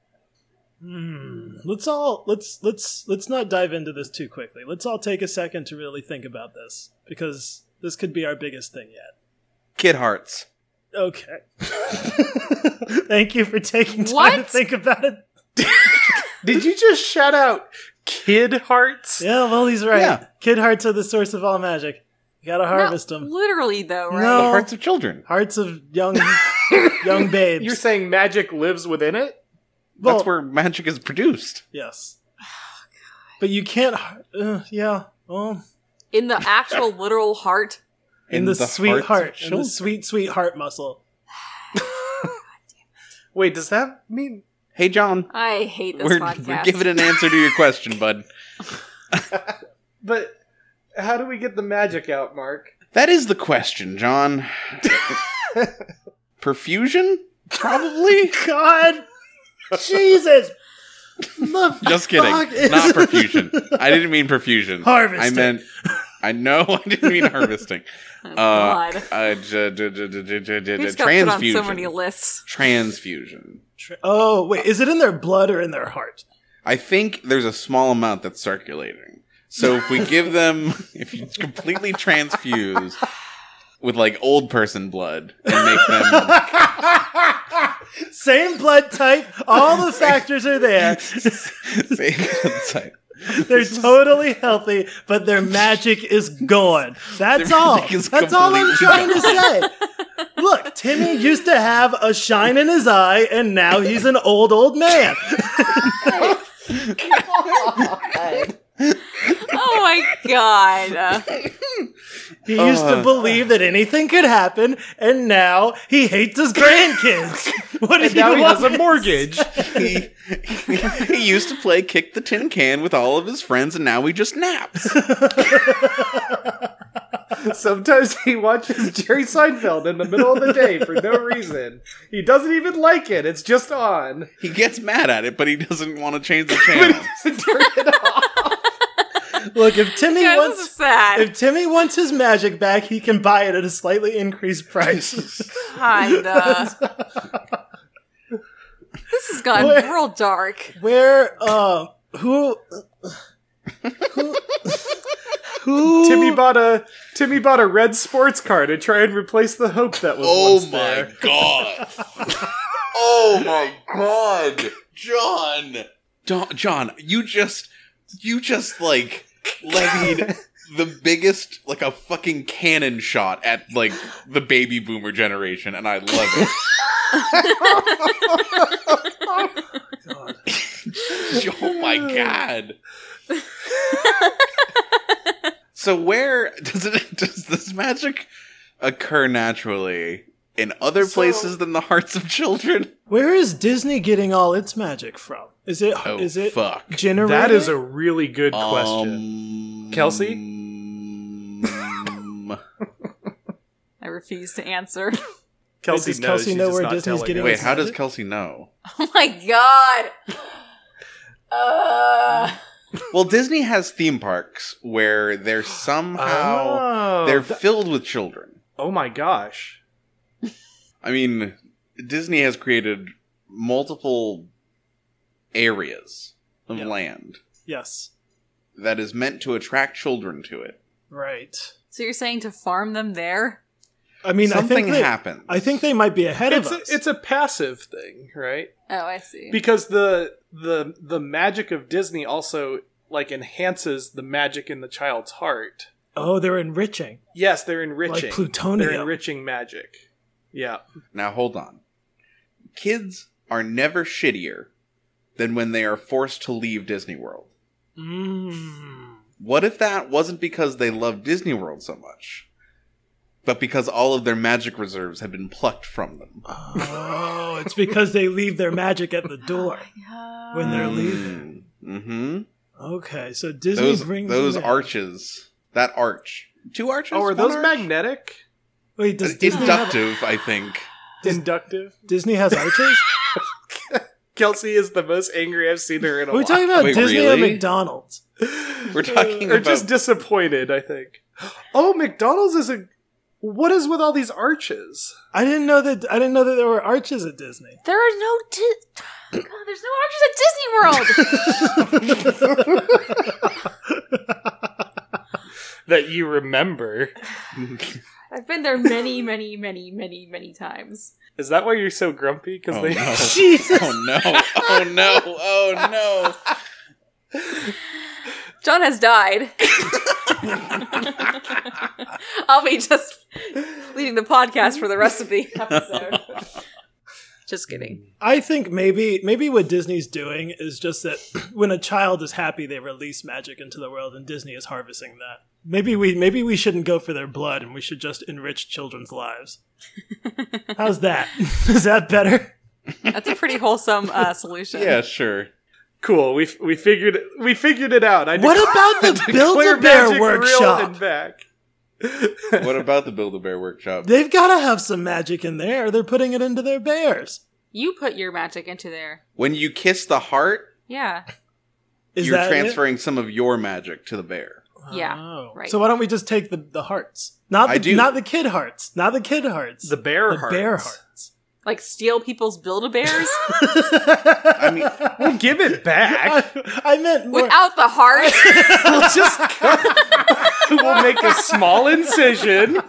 Hmm.
Let's all let's let's let's not dive into this too quickly. Let's all take a second to really think about this because this could be our biggest thing yet.
Kid hearts.
Okay. Thank you for taking time to
What?
think about it.
Did you just shout out kid hearts?
Yeah, well, he's right.
Yeah.
Kid hearts are the source of all magic. You gotta harvest
Not
them.
Literally though, right?
The
No.
hearts of children.
Hearts of young, young babes.
You're saying magic lives within it?
Well,
That's where magic is produced.
Yes. But you can't. har- Uh, yeah. Well,
In the actual literal heart.
in, the, sweet
hearts of
heart, in the
children.
sweet, sweet heart muscle.
Wait, does that mean
Hey, John.
I hate this
We're,
podcast.
we're giving an answer to your question, bud.
but how do we get the magic out, Mark?
That is the question, John. Perfusion? Probably?
God, Jesus, the
Just kidding.
fuck is-
Not perfusion. I didn't mean perfusion. I
Harvesting.
meant. I know I didn't mean harvesting.
Oh,
Uh,
God.
uh, j- j- j- j- j- j- j-
We just got put on so
transfusion.
many lists.
Transfusion.
Tra- oh wait, is it in their blood or in their heart?
I think there's a small amount that's circulating. So if we give them, if you completely transfuse with like old person blood and make them
Same blood type. All the factors are there.
say, it's like,
They're totally healthy, but their magic is gone. That's
Their
all.
magic is
That's all I'm trying
completely
to say. Look, Timmy used to have a shine in his eye, and now he's an old, old man.
Oh my god. Uh,
He used to
Uh.
believe that anything could happen, and now he hates his grandkids. What do
And
you
now he
want
has a
me-
mortgage.
he, he used to play kick the tin can with all of his friends and now he just naps.
Sometimes he watches Jerry Seinfeld in the middle of the day for no reason. He doesn't even like it. It's just on.
He gets mad at it, but he doesn't want to change the
But
channel.
he doesn't turn it off.
Look, if Timmy
Guys, this is
wants
sad.
if Timmy wants his magic back, he can buy it at a slightly increased price.
Kinda. this has gone
What?
real dark.
Where uh who who who
Timmy bought a Timmy bought a red sports car to try and replace the hope that was
oh
once
my
there.
god! oh my god, John! Don- John, you just, you just like levied the biggest, like a fucking cannon shot at like the baby boomer generation, and I love it. oh my god. so where does it does this magic occur naturally in other
So-
places than the hearts of children?
Where is Disney getting all its magic from? Is it is
Oh
it
fuck.
generated?
That is a really good question.
Um,
Kelsey?
I refuse to answer.
Kelsey
Does
knows.
Kelsey
she's
know
just
where
not
Disney's
telling
getting
us.
Wait, how does Kelsey know?
Oh my god. Uh,
Well, Disney has theme parks where they're
Ah.
somehow
Oh,
they're
th-
filled with children.
oh my gosh.
I mean, Disney has created multiple areas of
Yeah.
land
Yes.
that is meant to attract children to it.
Right.
so you're saying to farm them there?
I mean, I
Something
think they,
happens.
I think they might be ahead
It's
of
a,
us.
it's a passive thing, right?
Oh, I see.
because the the the magic of Disney also like enhances the magic in the child's heart.
oh, they're enriching.
Yes, they're enriching.
Like plutonium.
They're enriching magic. Yeah.
Now hold on. Kids are never shittier than when they are forced to leave Disney World.
Mm.
What if that wasn't because they love Disney World so much, but because all of their magic reserves had been plucked from them?
Oh, it's because they leave their magic at the door. When they're leaving.
Mm-hmm.
Okay, so Disney
Those
brings
those
them in.
arches. That arch. Two arches.
Oh, are
One
those
arch?
magnetic?
Wait, does
It's
Disney have,
Inductive, I think.
Does-
Inductive.
Disney has arches?
Kelsey is the most angry I've seen her in a
Are we
while.
talking about
Wait,
Disney or
really?
McDonald's? Uh,
We're talking
or
about
just disappointed, I think. Oh, McDonald's is a what is with all these arches?
I didn't know that. I didn't know that there were arches at Disney.
There are no di- God, there's no arches at Disney World.
That you remember.
I've been there many, many, many, many, many times.
Is that why you're so grumpy? Because
Oh,
they
no.
Jesus.
Oh no! Oh no! Oh
John has died. I'll be just leading the podcast for the rest of the episode. just kidding.
I think maybe maybe what Disney's doing is just that when a child is happy, they release magic into the world, and Disney is harvesting that. Maybe we maybe we shouldn't go for their blood, and we should just enrich children's lives. How's that? is that better?
That's a pretty wholesome uh, solution.
no! yeah, sure.
Cool. We we figured we figured it out. I
What
dec-
about the
I declare
Build-A-Bear
magic real and
workshop?
back.
What about the Build a Bear workshop?
They've got to have some magic in there. Or they're putting it into their bears.
You put your magic into there.
When you kiss the heart,
Yeah.
Is
you're
that it?
transferring some of your magic to the bear.
Yeah,
Oh.
right.
So why don't we just take the, the hearts? Not
I
the
do.
not the kid hearts. Not the kid hearts.
The bear
the
heart.
bear hearts.
Like steal people's Build-A-Bears
I
mean-
We'll give it back.
I, I meant more.
without the heart.
we'll just cut- we'll make a small incision.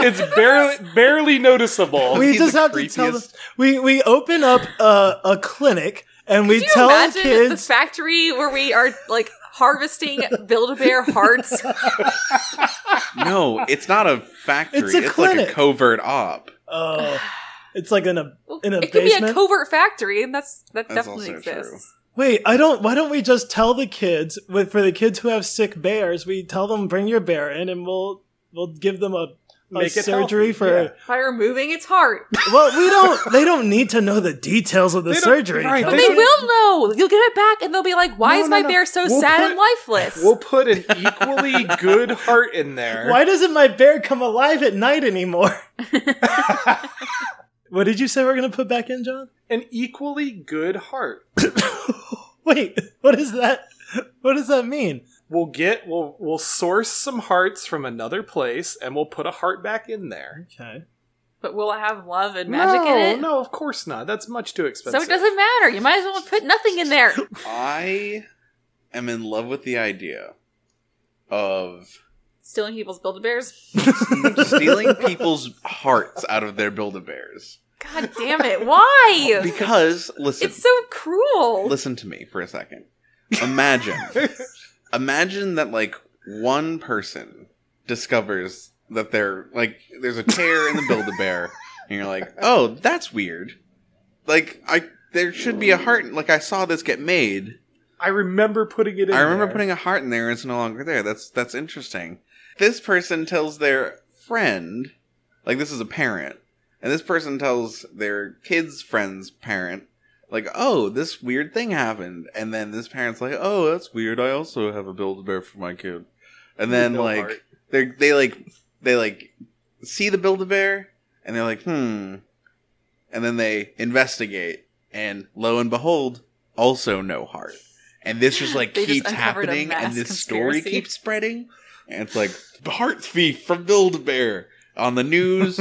It's barely barely noticeable.
we
He's
just
the
have to tell them.
creepiest.
We we open up a, a clinic and we
Could you
tell
imagine the
kids.
factory where we are like harvesting Build-A-Bear hearts?
No, it's not a factory.
It's a
like
clinic.
a covert op.
Oh, it's like in a in a
it could
basement.
be a covert factory, and that's that
That's
definitely
also true.
exists.
Wait, I don't. Why don't we just tell the kids? With for the kids who have sick bears, we tell them bring your bear in, and we'll we'll give them a a
Make it healthy,
surgery for.
yeah.
By removing its heart.
Well, we don't. They don't need to know the details of the
They don't-
surgery.
right,
But
Kelly.
they
should-
will know. You'll get it back, and they'll be like, "Why
No,
is
no,
my
no.
bear so
We'll
sad
put-
and lifeless?"
We'll put an equally good heart in there.
Why doesn't my bear come alive at night anymore? what did you say we're gonna put back in, John?
An equally good heart.
Wait, what is that? What does that mean?
We'll get we'll we'll source some hearts from another place and we'll put a heart back in there.
Okay.
But will it have love and magic
no,
in it?
no, of course not. That's much too
so
expensive.
it doesn't matter. You might as well put nothing in there.
I am in love with the idea of
Stealing people's build a bears.
stealing people's hearts out of their Build-A-Bears.
God damn it! Why?
Because, listen,
It's so cruel.
listen to me for a second. Imagine, imagine that like one person discovers that they're like there's a tear in the Build-A-Bear, and you're like, oh, that's weird. Like I, there should be a heart. Like I saw this get made.
I remember putting it in
I remember
there.
putting a heart in there and it's no longer there. That's that's interesting. This person tells their friend, like this is a parent, and this person tells their kid's friend's parent, like, "Oh, this weird thing happened." And then this parent's like, "Oh, that's weird. I also have a Build-A-Bear for my kid." And then
No
like
heart.
they they like they like see the Build-A-Bear and they're like, "Hmm." And then they investigate and lo and behold, also no heart. And this just like
They just
keeps
uncovered a
happening,
mass
and this story
conspiracy.
keeps spreading. And it's like heart thief from Build Bear on the news.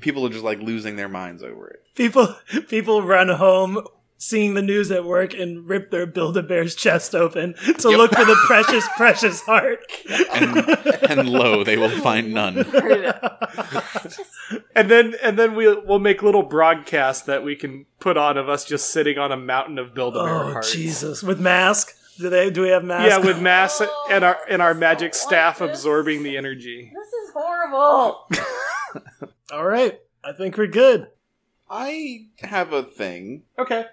People are just like losing their minds over it.
People people run home seeing the news at work and rip their Build-A-Bear's chest open to
Yep.
look for the precious, precious heart.
And, and lo, they will find none.
And then and then we'll we'll make little broadcasts that we can put on of us just sitting on a mountain of Build a Bear
Oh
hearts.
Jesus! With mask? Do they? Do we have mask?
Yeah, with mass
Oh,
and our and our
so
magic staff
like this.
absorbing the energy.
This is horrible.
All right. I think we're good.
I have a thing.
Okay.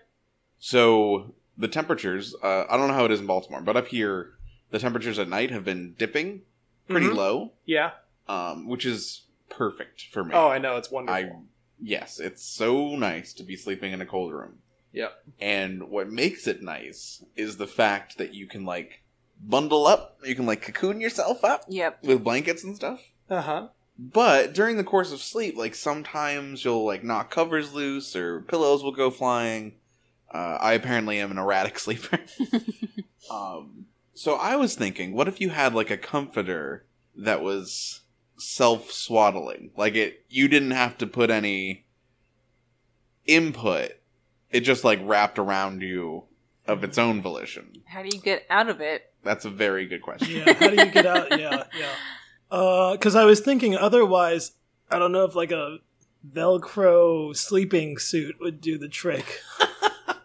So the temperatures, uh, I don't know how it is in Baltimore, but up here, the temperatures at night have been dipping pretty
Mhm.
low,
Yeah.
um, which is perfect for me.
Oh, I know it's wonderful.
I yes, it's so nice to be sleeping in a cold room.
Yep.
And what makes it nice is the fact that you can like bundle up, you can like cocoon yourself up
Yep.
with blankets and stuff.
Uh huh.
But during the course of sleep, like sometimes you'll like knock covers loose or pillows will go flying. Uh, I apparently am an erratic sleeper. um, so I was thinking, what if you had like a comforter that was self swaddling? Like it, you didn't have to put any input. It just like wrapped around you of its own volition.
How do you get out of it?
That's a very good question.
Yeah. How do you get out? Yeah. Yeah. Because I was thinking, otherwise, I don't know if like a Velcro sleeping suit would do the trick.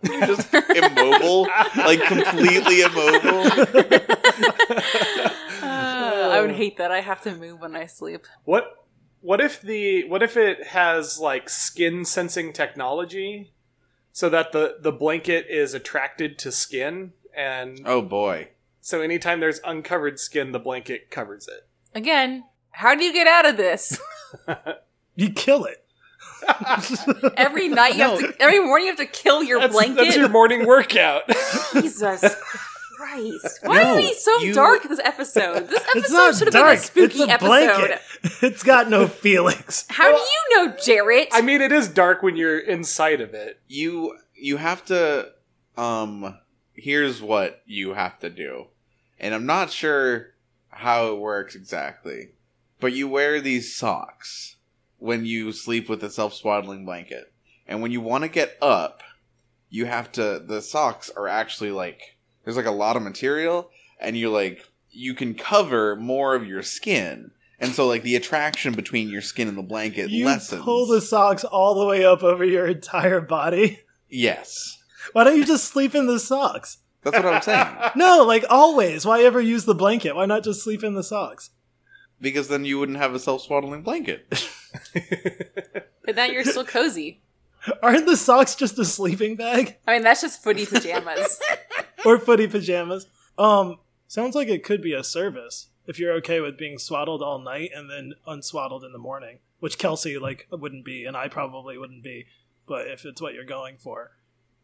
You're just immobile, like completely immobile.
Uh, I would hate that. I have to move when I sleep.
What what if the what if it has like skin sensing technology so that the the blanket is attracted to skin and
Oh boy.
so anytime there's uncovered skin the blanket covers it.
Again, how do you get out of this?
You kill it.
Every night you have to, every morning you have to kill your
That's,
blanket.
that's your morning workout.
Jesus Christ! Why
No,
are we so
you-
dark this episode? This
It's
episode
not
should have been a
dark.
spooky
it's a
episode.
blanket. It's got no feelings.
How do you know, Jarrett?
I mean, it is dark when you're inside of it.
you you have to um here's what you have to do and i'm not sure how it works exactly but you wear these socks when you sleep with a self-swaddling blanket and when you want to get up you have to the socks are actually like there's like a lot of material and you like you can cover more of your skin and so like the attraction between your skin and the blanket
you
lessens
pull the socks all the way up over your entire body.
yes
Why don't you just sleep in the socks?
that's what i'm saying
No, like always. Why ever use the blanket? Why not just sleep in the socks?
because then you wouldn't have a self-swaddling blanket.
but now you're still cozy.
Aren't the socks just a sleeping bag
I mean, that's just footy pajamas.
or footy pajamas? Um, sounds like it could be a service. if you're okay with being swaddled all night and then unswaddled in the morning, which Kelsey like wouldn't be, and I probably wouldn't be, but if it's what you're going for,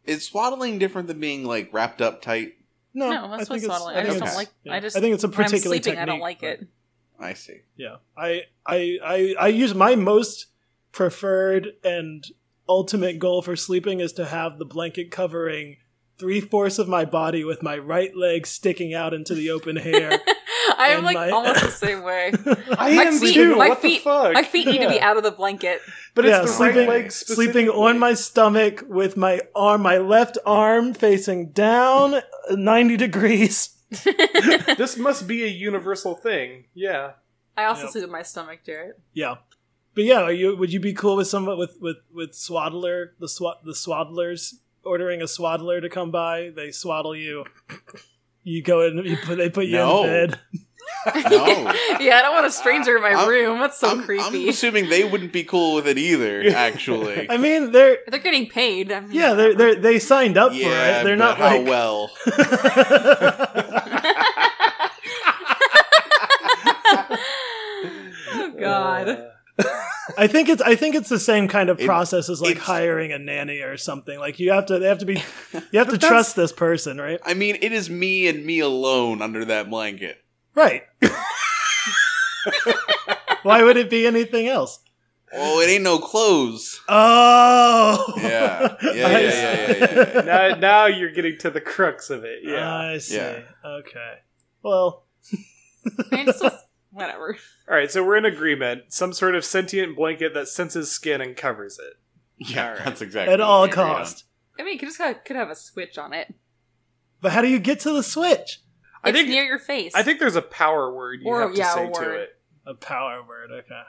Is swaddling different than being like wrapped up tight?
no,
No,
I
that's
think
what swaddling-
it's,
I
think
just
it's-
don't
like- I just-
I think it's a
When I'm
particular
sleeping, I don't
technique,
like
but-
it.
I see.
Yeah, I I I I use my most preferred and ultimate goal for sleeping is to have the blanket covering three fourths of my body with my right leg sticking out into the open air.
I am
And
like
my-
almost the same way.
I
My
am
feet-
too.
my
what
feet-
the fuck?
My feet need to be
Yeah.
out of the blanket.
But
yeah,
it's the
sleeping
right leg
sleeping on
specifically.
my stomach with my arm, my left arm facing down ninety degrees.
This must be a universal thing. Yeah.
I also
Yep.
sleep with my stomach, Jared.
Yeah. But yeah, are you would you be cool with someone with with with swaddler the swat the swaddlers ordering a swaddler to come by? They swaddle you. You go in. You put, they put you
No.
in bed.
No.
yeah, I don't want a stranger in my
I'm-
room. That's so
I'm, I'm
creepy.
assuming they wouldn't be cool with it either. Actually,
I mean, they're
They're getting paid. I mean,
yeah, they are they they signed up for
yeah,
it. They're
but
not
how
like
well.
oh God.
Uh,
I think it's I think it's the same kind of
It-
process as like
it's-
hiring a nanny or something. Like you have to they have to be you have to
that's-
trust this person, right?
I mean, it is me and me alone under that blanket.
Right. Why would it be anything else?
Oh, it ain't no clothes.
Oh,
Yeah. Yeah, yeah, yeah,
I see.
yeah, yeah, yeah.
now, now you're getting to the crux of it. Yeah.
I see.
Yeah.
Okay. Well,
I just- whatever.
All right. So we're in agreement. Some sort of sentient blanket that senses skin and covers it.
Yeah,
All right.
that's exactly
at
what
all
we agree on.
cost.
I mean, you could just have, could have a switch on it. It's
But how do you get to the switch?
I think-
near your face.
I think there's a power word you
Or,
have to
yeah, a
say to
word.
it.
A power word. Okay.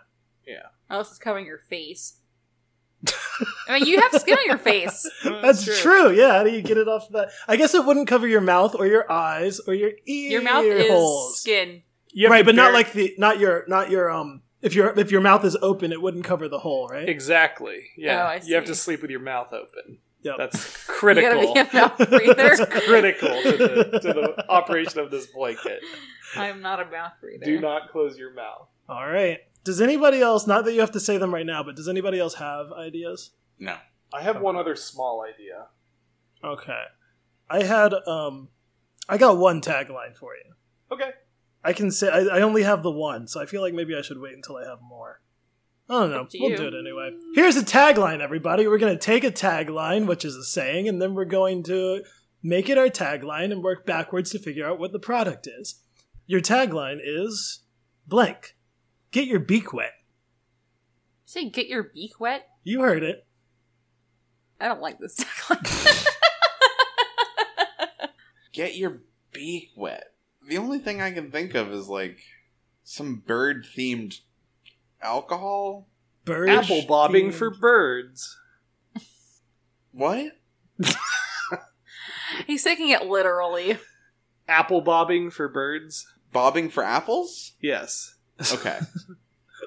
unless it's covering your face. I mean, you have skin on your face.
Uh,
That's
sure.
true. Yeah. How do you get it off the? I guess it wouldn't cover your mouth or your eyes or your ear
Your mouth
holes.
is skin.
You have
right,
to
but not
bear-
like the not your not your um. If your if your mouth is open, it wouldn't cover the hole, right?
Exactly. Yeah.
Oh, I
You have
see.
to sleep with your mouth open.
Yep.
That's
You gotta
critical.
be a mouth breather.
critical to the, to the operation of this blanket.
I'm not a mouth breather.
Do not close your mouth.
All right. Does anybody else? Not that you have to say them right now, but does anybody else have ideas?
No.
I have one other small idea.
Okay. I had um, I got one tagline for you.
Okay.
I can say I, I only have the one, so I feel like maybe I should wait until I have more. I don't know.
Up to
We'll
you.
do it anyway. Here's a tagline, everybody. We're gonna take a tagline, which is a saying, and then we're going to make it our tagline and work backwards to figure out what the product is. Your tagline is blank. Get your beak wet.
Say, get your beak wet.
You heard it.
I don't like this tagline.
Get your beak wet. The only thing I can think of is like some bird themed alcohol.
Bird
Apple bobbing
themed-
for birds.
What?
He's taking it literally.
Apple bobbing for birds.
Bobbing for apples?
Yes.
Okay.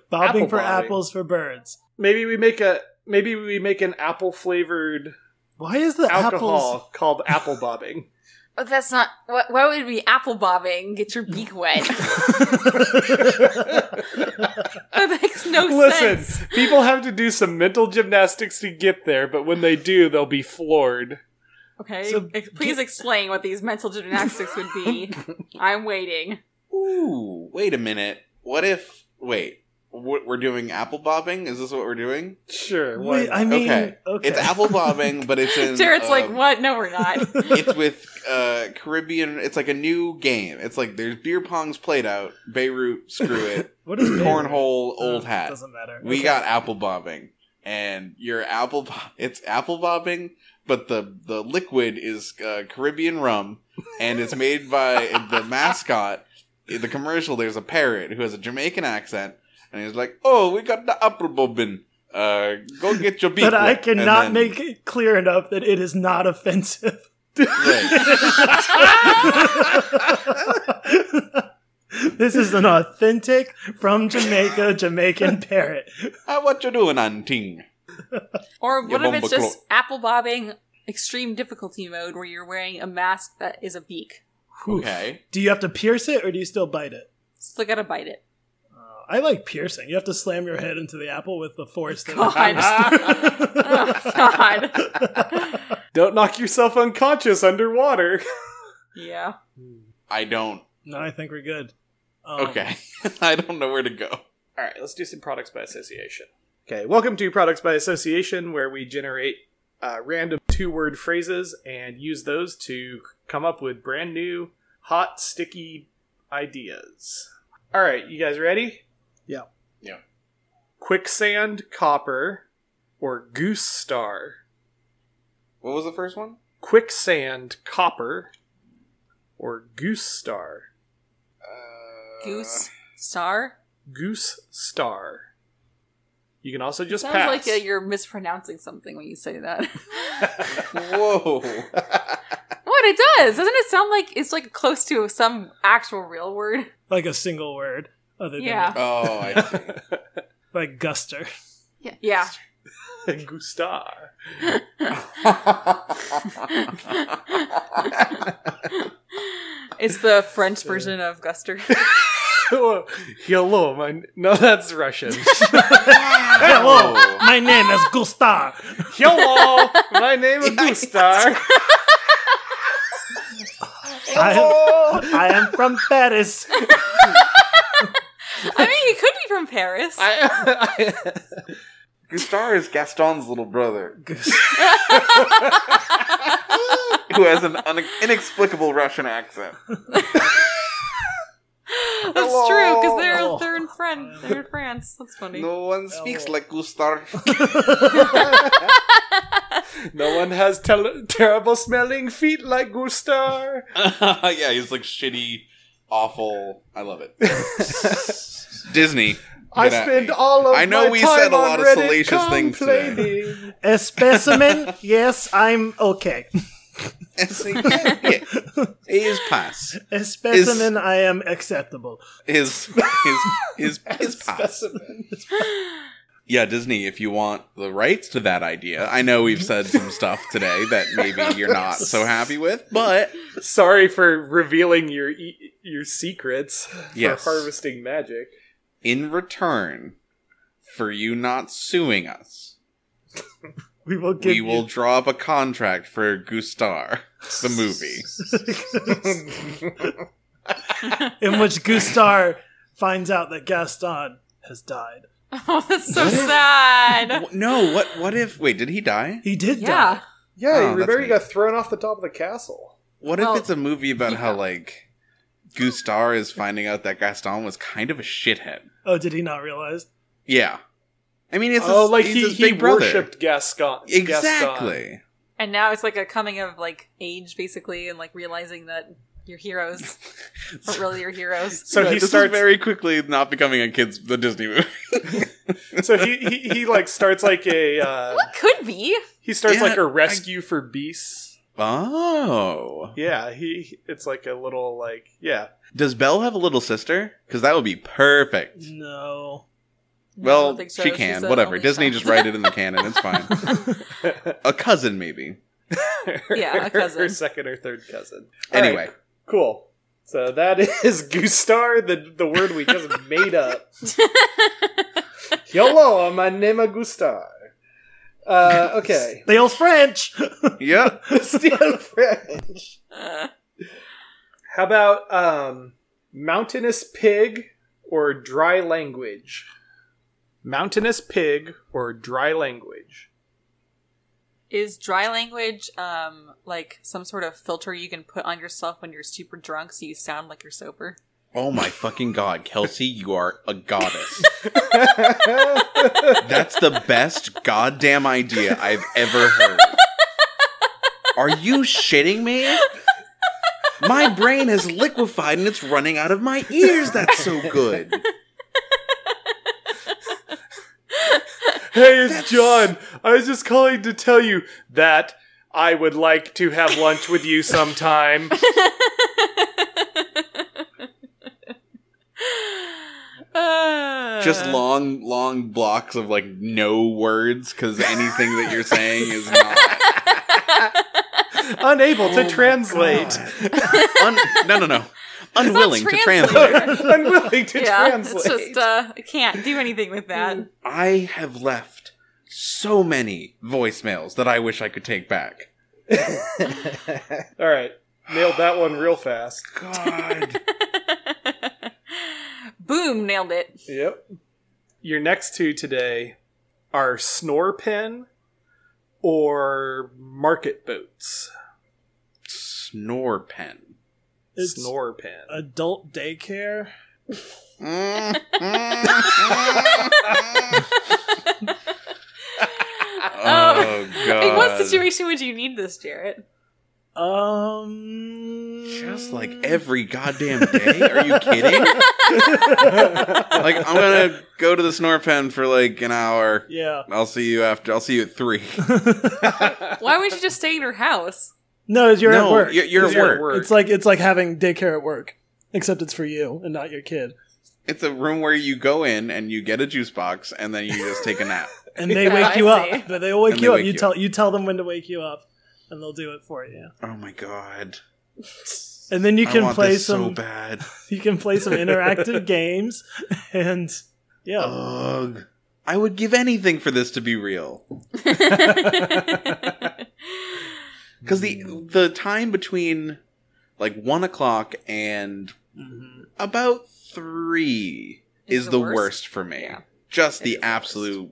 bobbing
Apple
for
bobbing.
apples for birds.
Maybe we make a maybe we make an apple flavored
Why is the
alcohol
apples?
called apple bobbing.
But that's not. What, why would it be apple bobbing? Get your beak wet. that makes no
Listen,
sense.
people have to do some mental gymnastics to get there, but when they do, they'll be floored.
Okay,
So
ex- please
get-
explain what these mental gymnastics would be. I'm waiting.
Ooh, wait a minute. What if. Wait. What, we're doing apple bobbing? Is this what we're doing?
Sure. why
Wait,
not?
I mean,
Okay.
okay.
It's apple bobbing, but it's in.
Jared's like,
um,
what? No, we're not.
It's with uh, Caribbean. It's like a new game. It's like there's beer pongs played out. Beirut, screw it.
What is
Cornhole,
Uh,
old hat.
Doesn't matter.
We
Okay.
got apple bobbing, and your apple bo- it's apple bobbing, but the the liquid is uh, Caribbean rum, and it's made by the mascot. In the commercial, there's a parrot who has a Jamaican accent, and he's like, "Oh, we got the apple bobbing. Uh, go get your beak."
But I
wet." And
cannot
then-
make it clear enough that it is not offensive.
Right.
this is an authentic from Jamaica Jamaican parrot.
Ah, what you doing, Anting?
Or what
Yeah,
if it's
Bumba
just apple bobbing extreme difficulty mode where you're wearing a mask that is a beak?
Okay.
Do you have to pierce it or do you still bite it?
Still gotta bite it.
I like piercing. You have to slam your head into the apple with the force. that it
God. oh, God.
Don't knock yourself unconscious underwater.
Yeah.
I don't.
No, I think we're good. Um,
Okay. I don't know where to go.
All right, let's do some products by association. Okay, welcome to Products by Association, where we generate uh, random two word phrases and use those to come up with brand new, hot, sticky ideas. All right, you guys ready?
Yeah.
Yeah.
Quicksand copper or goose star?
What was the first one?
Quicksand copper or goose star?
Uh,
Goose star.
Goose star. You can also just
Sounds
pass.
like uh, you're mispronouncing something when you say that.
Whoa.
what it does? Doesn't it sound like it's like close to some actual real word?
Like a single word other than
Yeah.
oh, I see.
like guster.
Yeah. Yeah.
goose star.
it's the French version of Guster.
Hello, hello, my no, that's Russian.
Whoa.
My name is Gusta.
hello, my name is
Yeah,
Gustar.
I am, I am from Paris.
I mean, he could be from Paris.
I,
Gustar is Gaston's little brother,
Gus-
who has an un- inexplicable Russian accent.
That's true because
Hello.
they're they're in France. They're in France. That's funny.
No one speaks
Oh.
like Gustar.
no one has tel- terrible smelling feet like Gustar.
yeah, he's like shitty, awful. I love it. Disney.
I
Get at
spend
me.
all of
I know
my
we
time
said a
on
lot of
Reddit
salacious things today.
complaining.
A specimen? Yes, I'm okay.
Yes, he- yeah. His pass.
A specimen, I am acceptable.
His his his his pass. Yeah, Disney. If you want the rights to that idea, I know we've said some stuff today that maybe you're not so happy with, but
Sorry for revealing your e- your secrets
Yes. Ah,
for harvesting magic.
in return for you not suing us,
We will give
we will draw up a contract for Gustar, the movie.
you, in which Gustar finds out that Gaston has died.
Oh, that's so sad.
W- No, what what if? Wait, did he die?
He did
Yeah.
die.
Yeah,
Oh,
you
that's
remember
neat.
he got thrown off the top of the castle.
What
Well,
if it's a movie about how
yeah.
like Gustar is finding out that Gaston was kind of a shithead?
Oh, did he not realize?
Yeah, I mean it's
oh,
his-
like
he's
he,
his
he
big brother.
worshipped Gascon. Gaston.
Exactly.
And now it's like a coming of like age, basically, and like realizing that your heroes are really your heroes.
So
Yeah,
he
this is
starts.
very quickly not becoming a kids the Disney movie.
so he, he he like starts like a uh,
What could be?
he starts
Yeah,
like a
I-
rescue for beasts.
oh,
Yeah, he it's like a little like yeah.
does Belle have a little sister? Because that would be perfect.
No, I
No.
Mm, don't
Well,
think so.
she can.
said
Whatever.
only
Disney
child.
just write it in the canon. It's fine. a cousin, maybe.
Yeah, a cousin.
her second or third cousin. All right,
Anyway,
cool. So that is Gustar, the the word we just made up. Hello, my name is Gustar. Uh, okay,
They all French.
yeah.
Steel French.
Uh,
How about um, mountainous pig or dry language? Mountainous pig or dry language?
is dry language um like some sort of filter you can put on yourself when you're super drunk so you sound like you're sober?
Oh my fucking god, Kelsey, you are a goddess.
I
That's the best goddamn idea I've ever heard. Are you shitting me? My brain has liquefied and it's running out of my ears. That's so good.
Hey, it's John. I was just calling to tell you that I would like to have lunch with you sometime.
Uh,
Just long, long blocks of like no words because anything that you're saying is not.
Unable to translate.
Un- no, no, no. unwilling to
translator.
translate.
Unwilling to
yeah,
translate.
it's just uh, I can't do anything with that.
I have left so many voicemails that I wish I could take back.
All right, nailed that one real fast.
God.
Hmm.
Boom, nailed it.
Yep. Your next two today are Snorpen or Market Boats.
Snore pen.
It's
Snorpen.
adult daycare.
oh,
Uh,
Um,
oh,
God.
In what situation would you need this, Jarrett?
Um,
Just like every goddamn day? Are you kidding? like, I'm gonna go to the snore pen for like an hour.
yeah.
I'll see you after. I'll see you at three.
Why would you just stay in your house?
No, you're
no,
at work.
You're, you're at
You're
work.
at work.
It's like it's like having daycare at work, except it's for you and not your kid.
It's a room where you go in and you get a juice box and then you just take a nap.
And they
Yeah,
wake
I
you
see.
up. But they wake
And
you
they
up.
wake
you
you
tell you tell them when to wake you up, and they'll do it for you.
oh my god.
And then you
I
can
want
play
this so
some
bad.
you can play some interactive games, and yeah,
Ugh. I would give anything for this to be real. Because the
Hmm.
the time between like one o'clock and
Mm-hmm.
Mhm.
about three is, the, worst. for me.
Yeah.
Just
It's
the
the worst.
absolute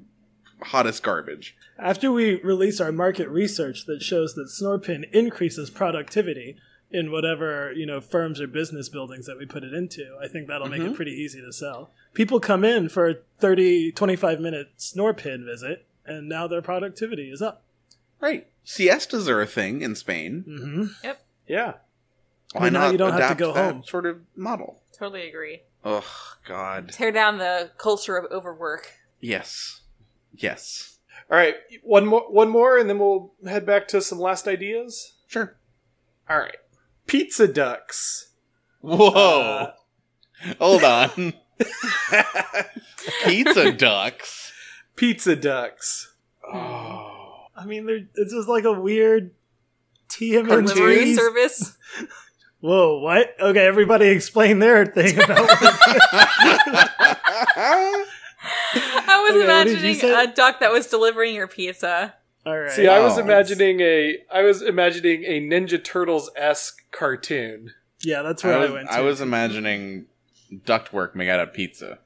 hottest garbage.
after we release our market research that shows that Snorpin increases productivity in whatever you know firms or business buildings that we put it into, I think that'll make it
Mhm.
pretty easy to sell. People come in for a 30, 25 minute Snorpin visit, and now their productivity is up.
Right. Siestas are a thing in Spain.
hmm
yeah.
Why
Well, now
not
you don't have
adapt
to go
that
home.
sort of model?
Totally agree.
Ugh, God.
Tear down the culture of overwork.
Yes. Yes.
All right, one more, one more, and then we'll head back to some last ideas.
Sure.
All right, pizza ducks.
Oh. Uh,
Uh,
Whoa. Hold on. Pizza ducks.
Pizza ducks.
Oh.
I mean, they're, it's just like a weird
Delivery
TMNT.
service.
Whoa, what? Okay, everybody explain their thing about
I was
Okay, what did you
imagining
say?
a duck that was delivering your pizza.
All right.
See, I was
Oh.
imagining a, I was imagining a Ninja Turtles esque cartoon.
yeah, that's where
I
I,
was,
went to.
I was imagining ductwork made out of pizza.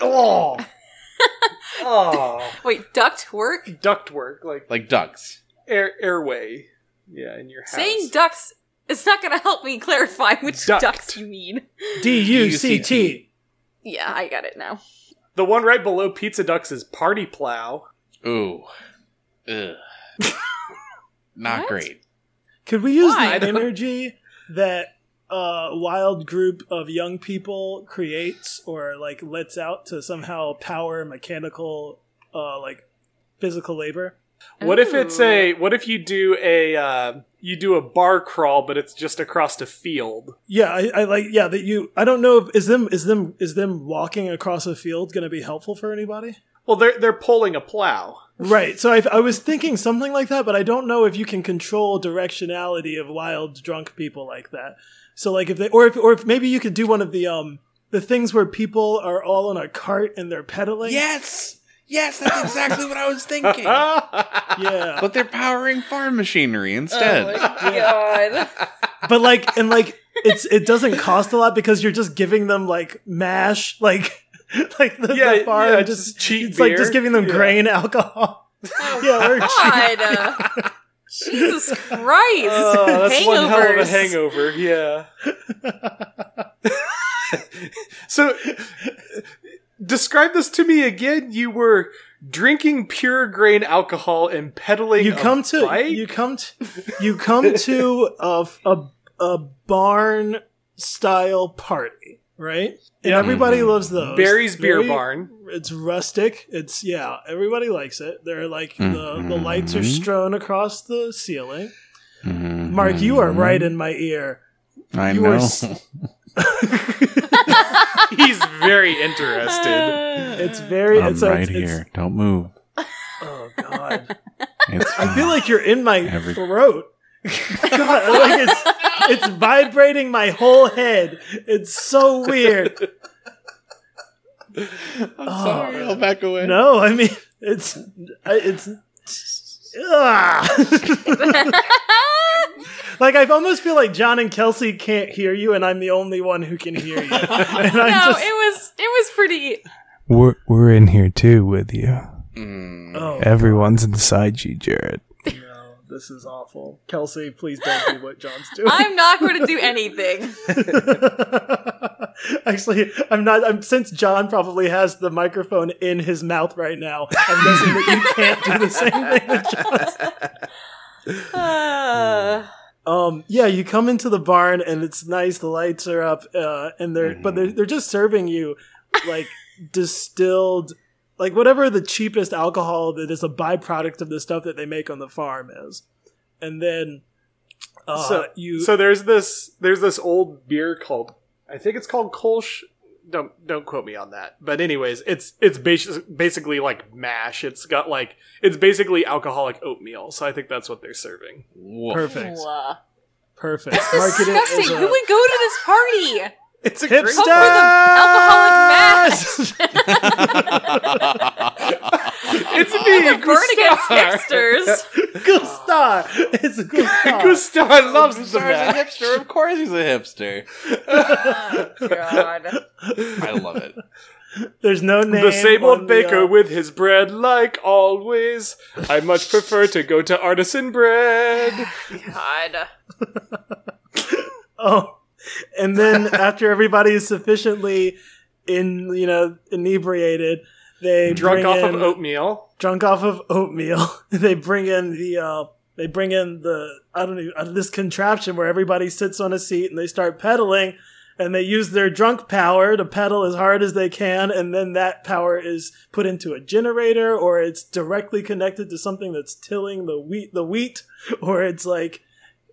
oh, oh,
Wait, duct work?
ductwork, like
Like ducks.
air airway. Yeah, in your house.
Saying ducks is not going to help me clarify which
Duct.
ducks you mean.
D U C T.
Yeah, I got it now.
The one right below Pizza Ducks is Party Plow.
Ooh. Ugh. Not
What?
great.
Could we use
Why?
the energy that a wild group of young people creates or like lets out to somehow power mechanical, uh, like physical labor?
What if it's
Ooh.
a? What if you do a? Uh, you do a bar crawl, but it's just across a field.
Yeah, I, I like. Yeah, that you. I don't know. If, is them is them is them walking across a field going to be helpful for anybody?
Well, they're they're pulling a plow.
Right. So I, I was thinking something like that, but I don't know if you can control directionality of wild drunk people like that. So like if they or if or if maybe you could do one of the um the things where people are all on a cart and they're pedaling.
Yes! Yes, that's exactly what I was thinking.
Yeah.
But they're powering farm machinery instead.
Oh,
God.
but like and like it's it doesn't cost a lot because you're just giving them like mash like like the,
Yeah,
the farm
yeah,
just,
just cheap
it's like just
beer.
giving them
Yeah.
grain alcohol.
Oh,
yeah, or cheap.
God. uh, Jesus Christ.
Oh, that's one hell of a
Hangovers.
hangover. Yeah. so, describe this to me again. You were drinking pure grain alcohol and pedaling.
you
a
come to
bike?
you come to you come to a f- a, a barn style party right and
Yeah.
everybody
Mhm.
loves those
Barry's Beer
Very-
Barn.
it's rustic it's yeah everybody likes it they're like the, the lights are
Mhm.
strewn across the ceiling mark you are right in my ear
Mm-hmm. I
you are
know.
s-
He's very interested.
it's very it's, so it's, it's-
Don't move.
oh god
It's
i feel like you're in my
Every-
throat God, like it's it's vibrating my whole head. It's so weird.
I'm
Oh.
sorry. I'll back away.
No, I mean it's I- it's ah. like I almost feel like John and Kelsey can't hear you, and I'm the only one who can hear you. And
no,
I'm just
it was it was pretty.
We're we're in here too with you.
Mm.
oh,
Everyone's inside you, Jared.
no, this is awful. Kelsey, please don't do what John's doing.
I'm not going to do anything.
Actually, I'm not. I'm since John probably has the microphone in his mouth right now. I'm guessing that you can't do the same thing. That John is.
Uh,
Um, yeah, you come into the barn and it's nice. The lights are up, uh, and they're but
Mm-hmm.
they're they're just serving you like distilled, like whatever the cheapest alcohol that is a byproduct of the stuff that they make on the farm is, and then uh,
So-
you
So there's this there's this old beer called I think it's called Kolsch. Don't don't quote me on that. But anyways, it's it's bas- basically like mash. It's got like it's basically alcoholic oatmeal. So I think that's what they're serving.
Woof.
perfect,
Wow.
perfect. uh, Market it as
Disgusting.
a-
Who would go to this party?
It's a
Hipster! Oh,
Hope for the alcoholic mash.
It's
the
Oh,
me,
burn against
Gustar.
hipsters.
Gustar. It's Gustar. Oh,
Gustar loves the
Gustar's a
mash.
hipster. Of course, he's a hipster.
Oh, God.
I love it.
There's no name.
The same
on
old
the,
baker
uh,
with his bread, like always. I much prefer to go to artisan bread.
God.
Oh, and then after everybody is sufficiently in, you know, inebriated, they
Drunk
bring
off
in,
of oatmeal.
drunk off of oatmeal. they bring in the uh, they bring in the I don't know uh, this contraption where everybody sits on a seat and they start pedaling, and they use their drunk power to pedal as hard as they can, and then that power is put into a generator or it's directly connected to something that's tilling the wheat the wheat or it's like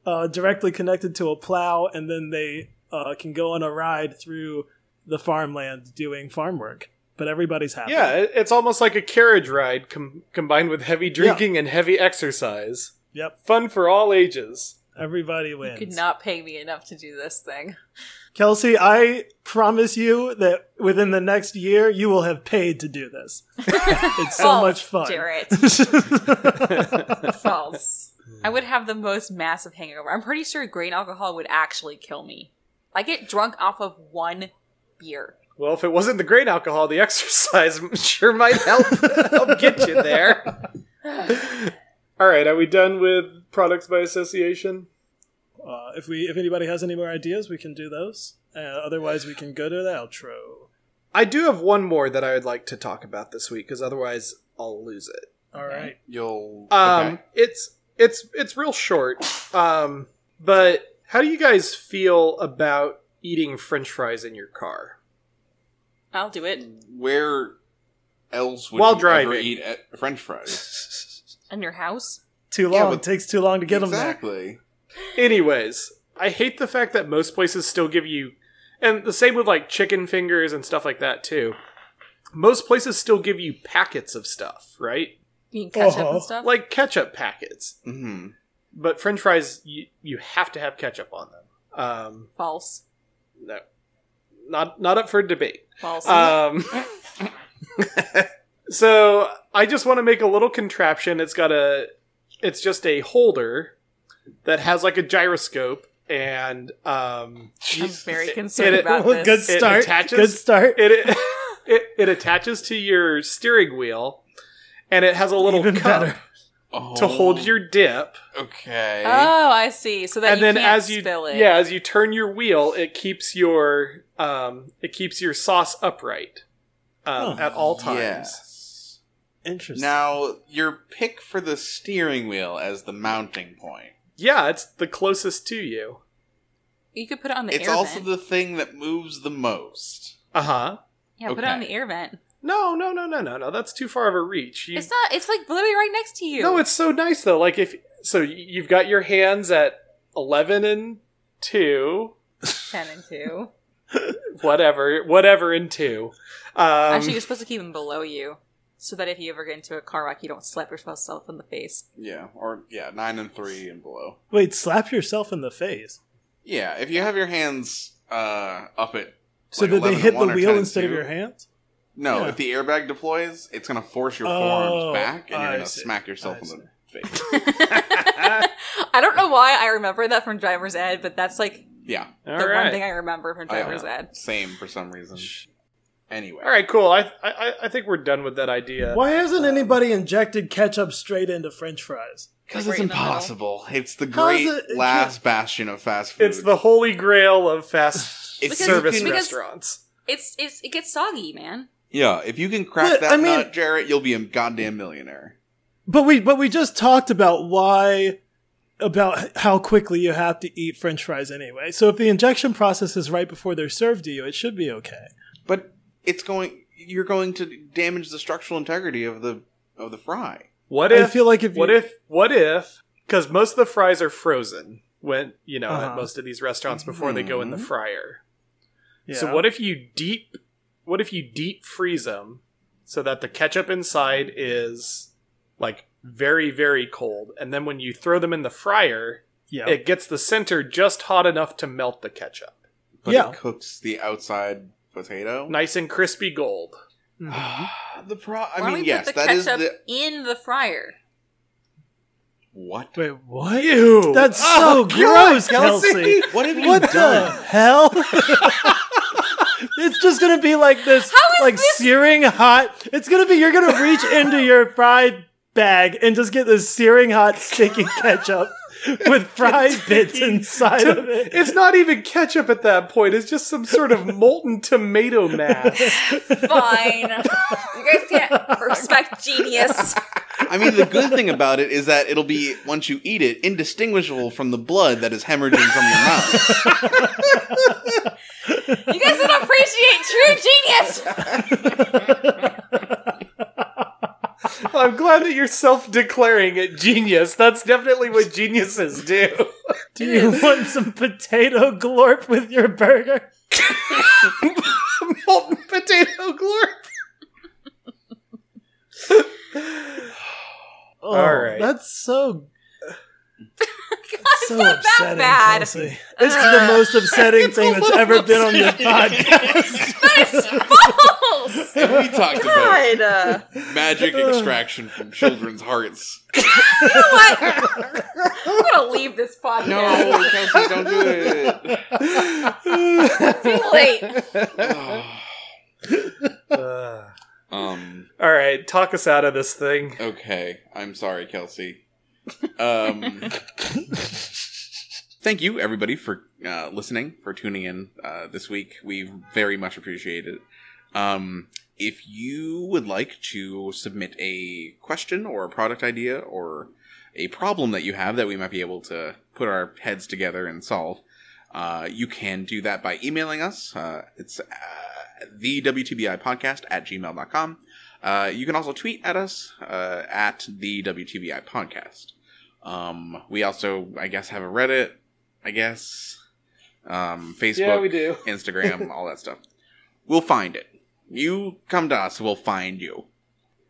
uh, directly connected to a plow, and then they uh, can go on a ride through the farmland doing farm work. But everybody's happy.
Yeah, it- it's almost like a carriage ride com- combined with heavy drinking and heavy exercise.
Yep.
Fun for all ages.
Everybody
You
wins.
could not pay me enough to do this thing.
Kelsey, I promise you that within the next year, you will have paid to do this. It's so
False,
much fun.
Jarrett.
That's
False. I would have the most massive hangover. I'm pretty sure grain alcohol would actually kill me. I get drunk off of one beer.
Well, if it wasn't the grain alcohol, the exercise sure might help help get you there. All right, are we done with products by association?
Uh, if we, if anybody has any more ideas, we can do those. Uh, otherwise, we can go to the outro.
I do have one more that I would like to talk about this week because otherwise I'll lose it.
All right.
You'll.
Um,
okay.
it's it's it's real short. Um, but how do you guys feel about eating French fries in your car?
I'll do it
Where else would
While
you ever
driving.
eat at French fries?
in your house.
Too long.
Yeah,
it
but-
takes too long to get them
exactly.
Anyways, I hate the fact that most places still give you, and the same with like chicken fingers and stuff like that too. Most places still give you packets of stuff, right?
You can catch up
Uh-huh.
and stuff.
Like ketchup packets.
hmm
But French fries, you, you have to have ketchup on them. Um,
false,
no, not not up for debate.
false.
Um, so I just want to make a little contraption. It's got a, it's just a holder that has like a gyroscope, and um,
I'm very
it-
concerned
it-
about
there. Good
this.
start.
attaches-
Good start.
it, it it attaches to your steering wheel, and it has a little
Even
cup
better.
Oh,
to hold your dip,
Okay.
Oh, I see. So that
and
you
then
can't
as you
spill it.
yeah as you turn your wheel, it keeps your um it keeps your sauce upright um,
Huh.
at all times.
Yes.
Interesting.
Now, your pick for the steering wheel as the mounting point.
Yeah, it's the closest to you.
you could put it on the
It's
air
also
vent.
the thing that moves the most.
Uh huh.
yeah, put it on
Okay.
the air vent.
No, no, no, no, no, no. That's too far of a reach. You,
It's not. It's like literally right next to you.
no, it's so nice though. Like if so, y- you've got your hands at eleven and two,
ten and two.
whatever, whatever and two. Um,
Actually, you're supposed to keep them below you. so that if you ever get into a car wreck, you don't slap yourself in the face.
Yeah, or yeah, nine and three and below.
Wait, slap yourself in the face.
Yeah, if you have your hands uh, up at
So
like,
that
11
they hit
to 1
the
or
wheel
10
instead of
to-
your hands?
No,
Yeah.
if the airbag deploys, it's gonna force your
Oh,
forearms back, and you're
I
gonna
see.
smack yourself
I
in the face.
I don't know why I remember that from Driver's Ed, but that's like
Yeah,
All
the one thing
right.
I remember from
Oh, yeah.
Driver's Ed.
same for some reason. Anyway,
All right, cool. I, I I think we're done with that idea.
Why hasn't anybody injected ketchup straight into French fries?
because it's
Like, right in the middle.
impossible. It's the
How is
great
it- it
last bastion of fast food.
It's the holy grail of fast
It's
Because-
service
because-
restaurants.
It's, it's it gets soggy, man.
yeah. If you can crack
But,
that
I mean-
nut, Jarrett, you'll be a goddamn millionaire.
But we but we just talked about why about how quickly you have to eat french fries anyway. So if the injection process is right before they're served to you, it should be okay.
But it's going. You're going to damage the structural integrity of the of the fry.
What
I
if?
feel like if
what
you,
if? What if? Because most of the fries are frozen when you know at
Uh-huh.
most of these restaurants before they go in the
Mm-hmm.
Mhm.
fryer.
yeah.
So what if you deep? What if you deep freeze them so that the ketchup inside is like very very cold, and then when you throw them in the fryer,
yeah.
it gets the center just hot enough to melt the ketchup,
But
Yeah.
it cooks the outside potato.
nice and crispy gold.
the pro.
Why
I
don't
mean,
we
yes,
put the
that is
ketchup
the
in the fryer?
what.
Wait, what?
Ew,
That's
Oh,
so
God,
gross, Kelsey.
What have you
What
done?
the hell? it's just gonna be like this,
How is
like
this-
searing hot. It's gonna be you're gonna reach into your fried bag and just get this searing hot sticky ketchup with fried bits inside of it.
It's not even ketchup at that point. It's just some sort of molten tomato mass.
Fine. you guys can't respect genius.
I mean, the good thing about it is that it'll be once you eat it, indistinguishable from the blood that is hemorrhaging from your mouth.
You guys don't appreciate true genius.
I'm glad that you're self-declaring it genius. That's definitely what geniuses do.
Do you want some potato glorp with your burger?
molten potato glorp.
Oh,
All right.
that's so. that's so
not that
upsetting,
bad. Uh,
Kelsey. This is the most upsetting thing that's ever been on this podcast.
That is false.
And we talked about
God. Uh,
magic extraction from children's hearts.
you know what? I'm gonna leave this podcast.
No, Kelsey, don't do it.
Too late.
um.
all right, talk us out of this thing.
Okay, I'm sorry, Kelsey. Um, thank you, everybody, for uh, listening, for tuning in uh, this week. We very much appreciate it. Um, if you would like to submit a question or a product idea or a problem that you have that we might be able to put our heads together and solve, uh, you can do that by emailing us. Uh, it's uh, the WTBI podcast at gmail.com. Uh, you can also tweet at us uh, at the WTBI podcast. Um, we also, I guess, have a Reddit, I guess, um, Facebook,
Yeah, we do.
Instagram, all that stuff. We'll find it. You come to us, we'll find you.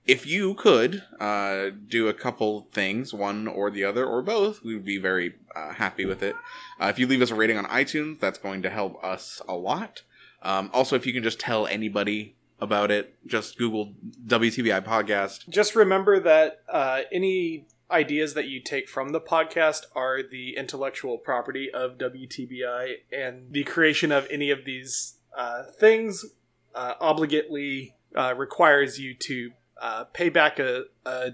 If you could uh, do a couple things, one or the other or both, we'd be very uh, happy with it. Uh, if you leave us a rating on iTunes, that's going to help us a lot. Um, also, if you can just tell anybody about it, just Google WTBI podcast.
Just remember that uh, any ideas that you take from the podcast are the intellectual property of WTBI, and the creation of any of these uh, things uh, obligately uh, requires you to uh, pay back a, a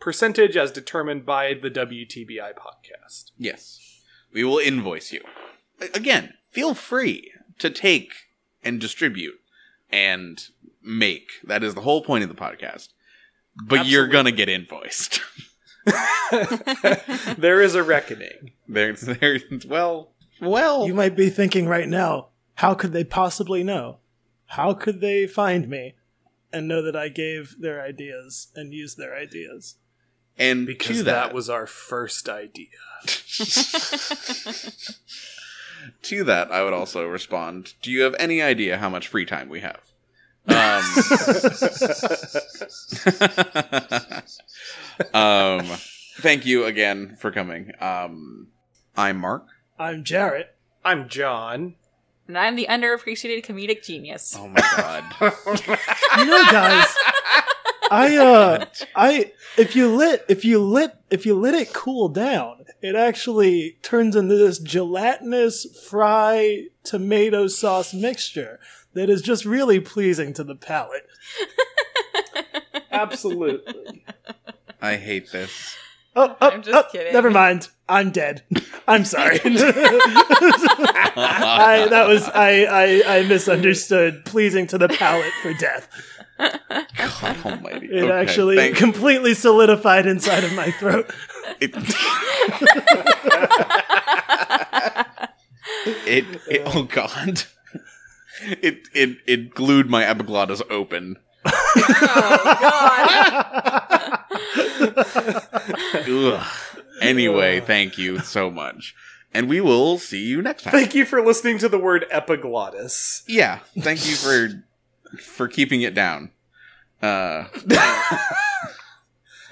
percentage as determined by the WTBI podcast.
Yes, we will invoice you. A- Again, feel free to take and distribute and make. That is the whole point of the podcast. But you're
Absolutely.
gonna get invoiced.
there is a reckoning.
there's, there's, well, well.
You might be thinking right now, how could they possibly know? How could they find me and know that I gave their ideas and used their ideas?
and
Because
to
that was our first idea.
to that, I would also respond. Do you have any idea how much free time we have? Um, um, thank you again for coming. Um, I'm Mark.
I'm Jarrett.
I'm John.
And I'm the underappreciated comedic genius.
Oh my god.
You know, guys, I uh, I if you lit if you lit if you let it cool down, it actually turns into this gelatinous fry tomato sauce mixture that is just really pleasing to the palate.
Absolutely.
I hate this.
Oh, oh,
I'm just
oh,
kidding.
Never mind. I'm dead. I'm sorry. I, that was I, I I misunderstood. Pleasing to the palate for death.
God almighty.
It
Okay,
actually
thank-
completely solidified inside of my throat.
it, it, it- oh god. It it it glued my epiglottis open.
oh,
Ugh. Anyway, thank you so much. And we will see you next time.
Thank you for listening to the word epiglottis.
yeah, thank you for for keeping it down. Uh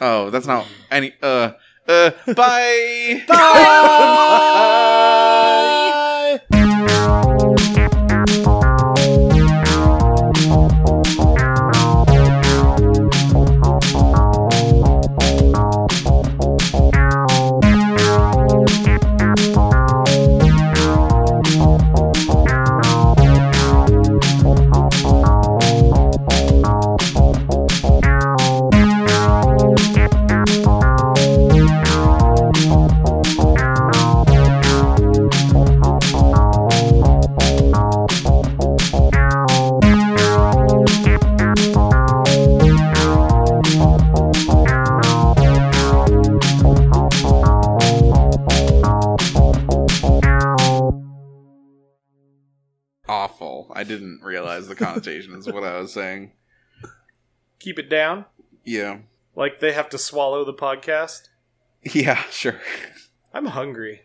Oh, that's not any uh uh bye.
Bye.
Awful. I didn't realize the connotations of what I was saying.
Keep it down.
Yeah.
Like they have to swallow the podcast.
Yeah, sure.
I'm hungry.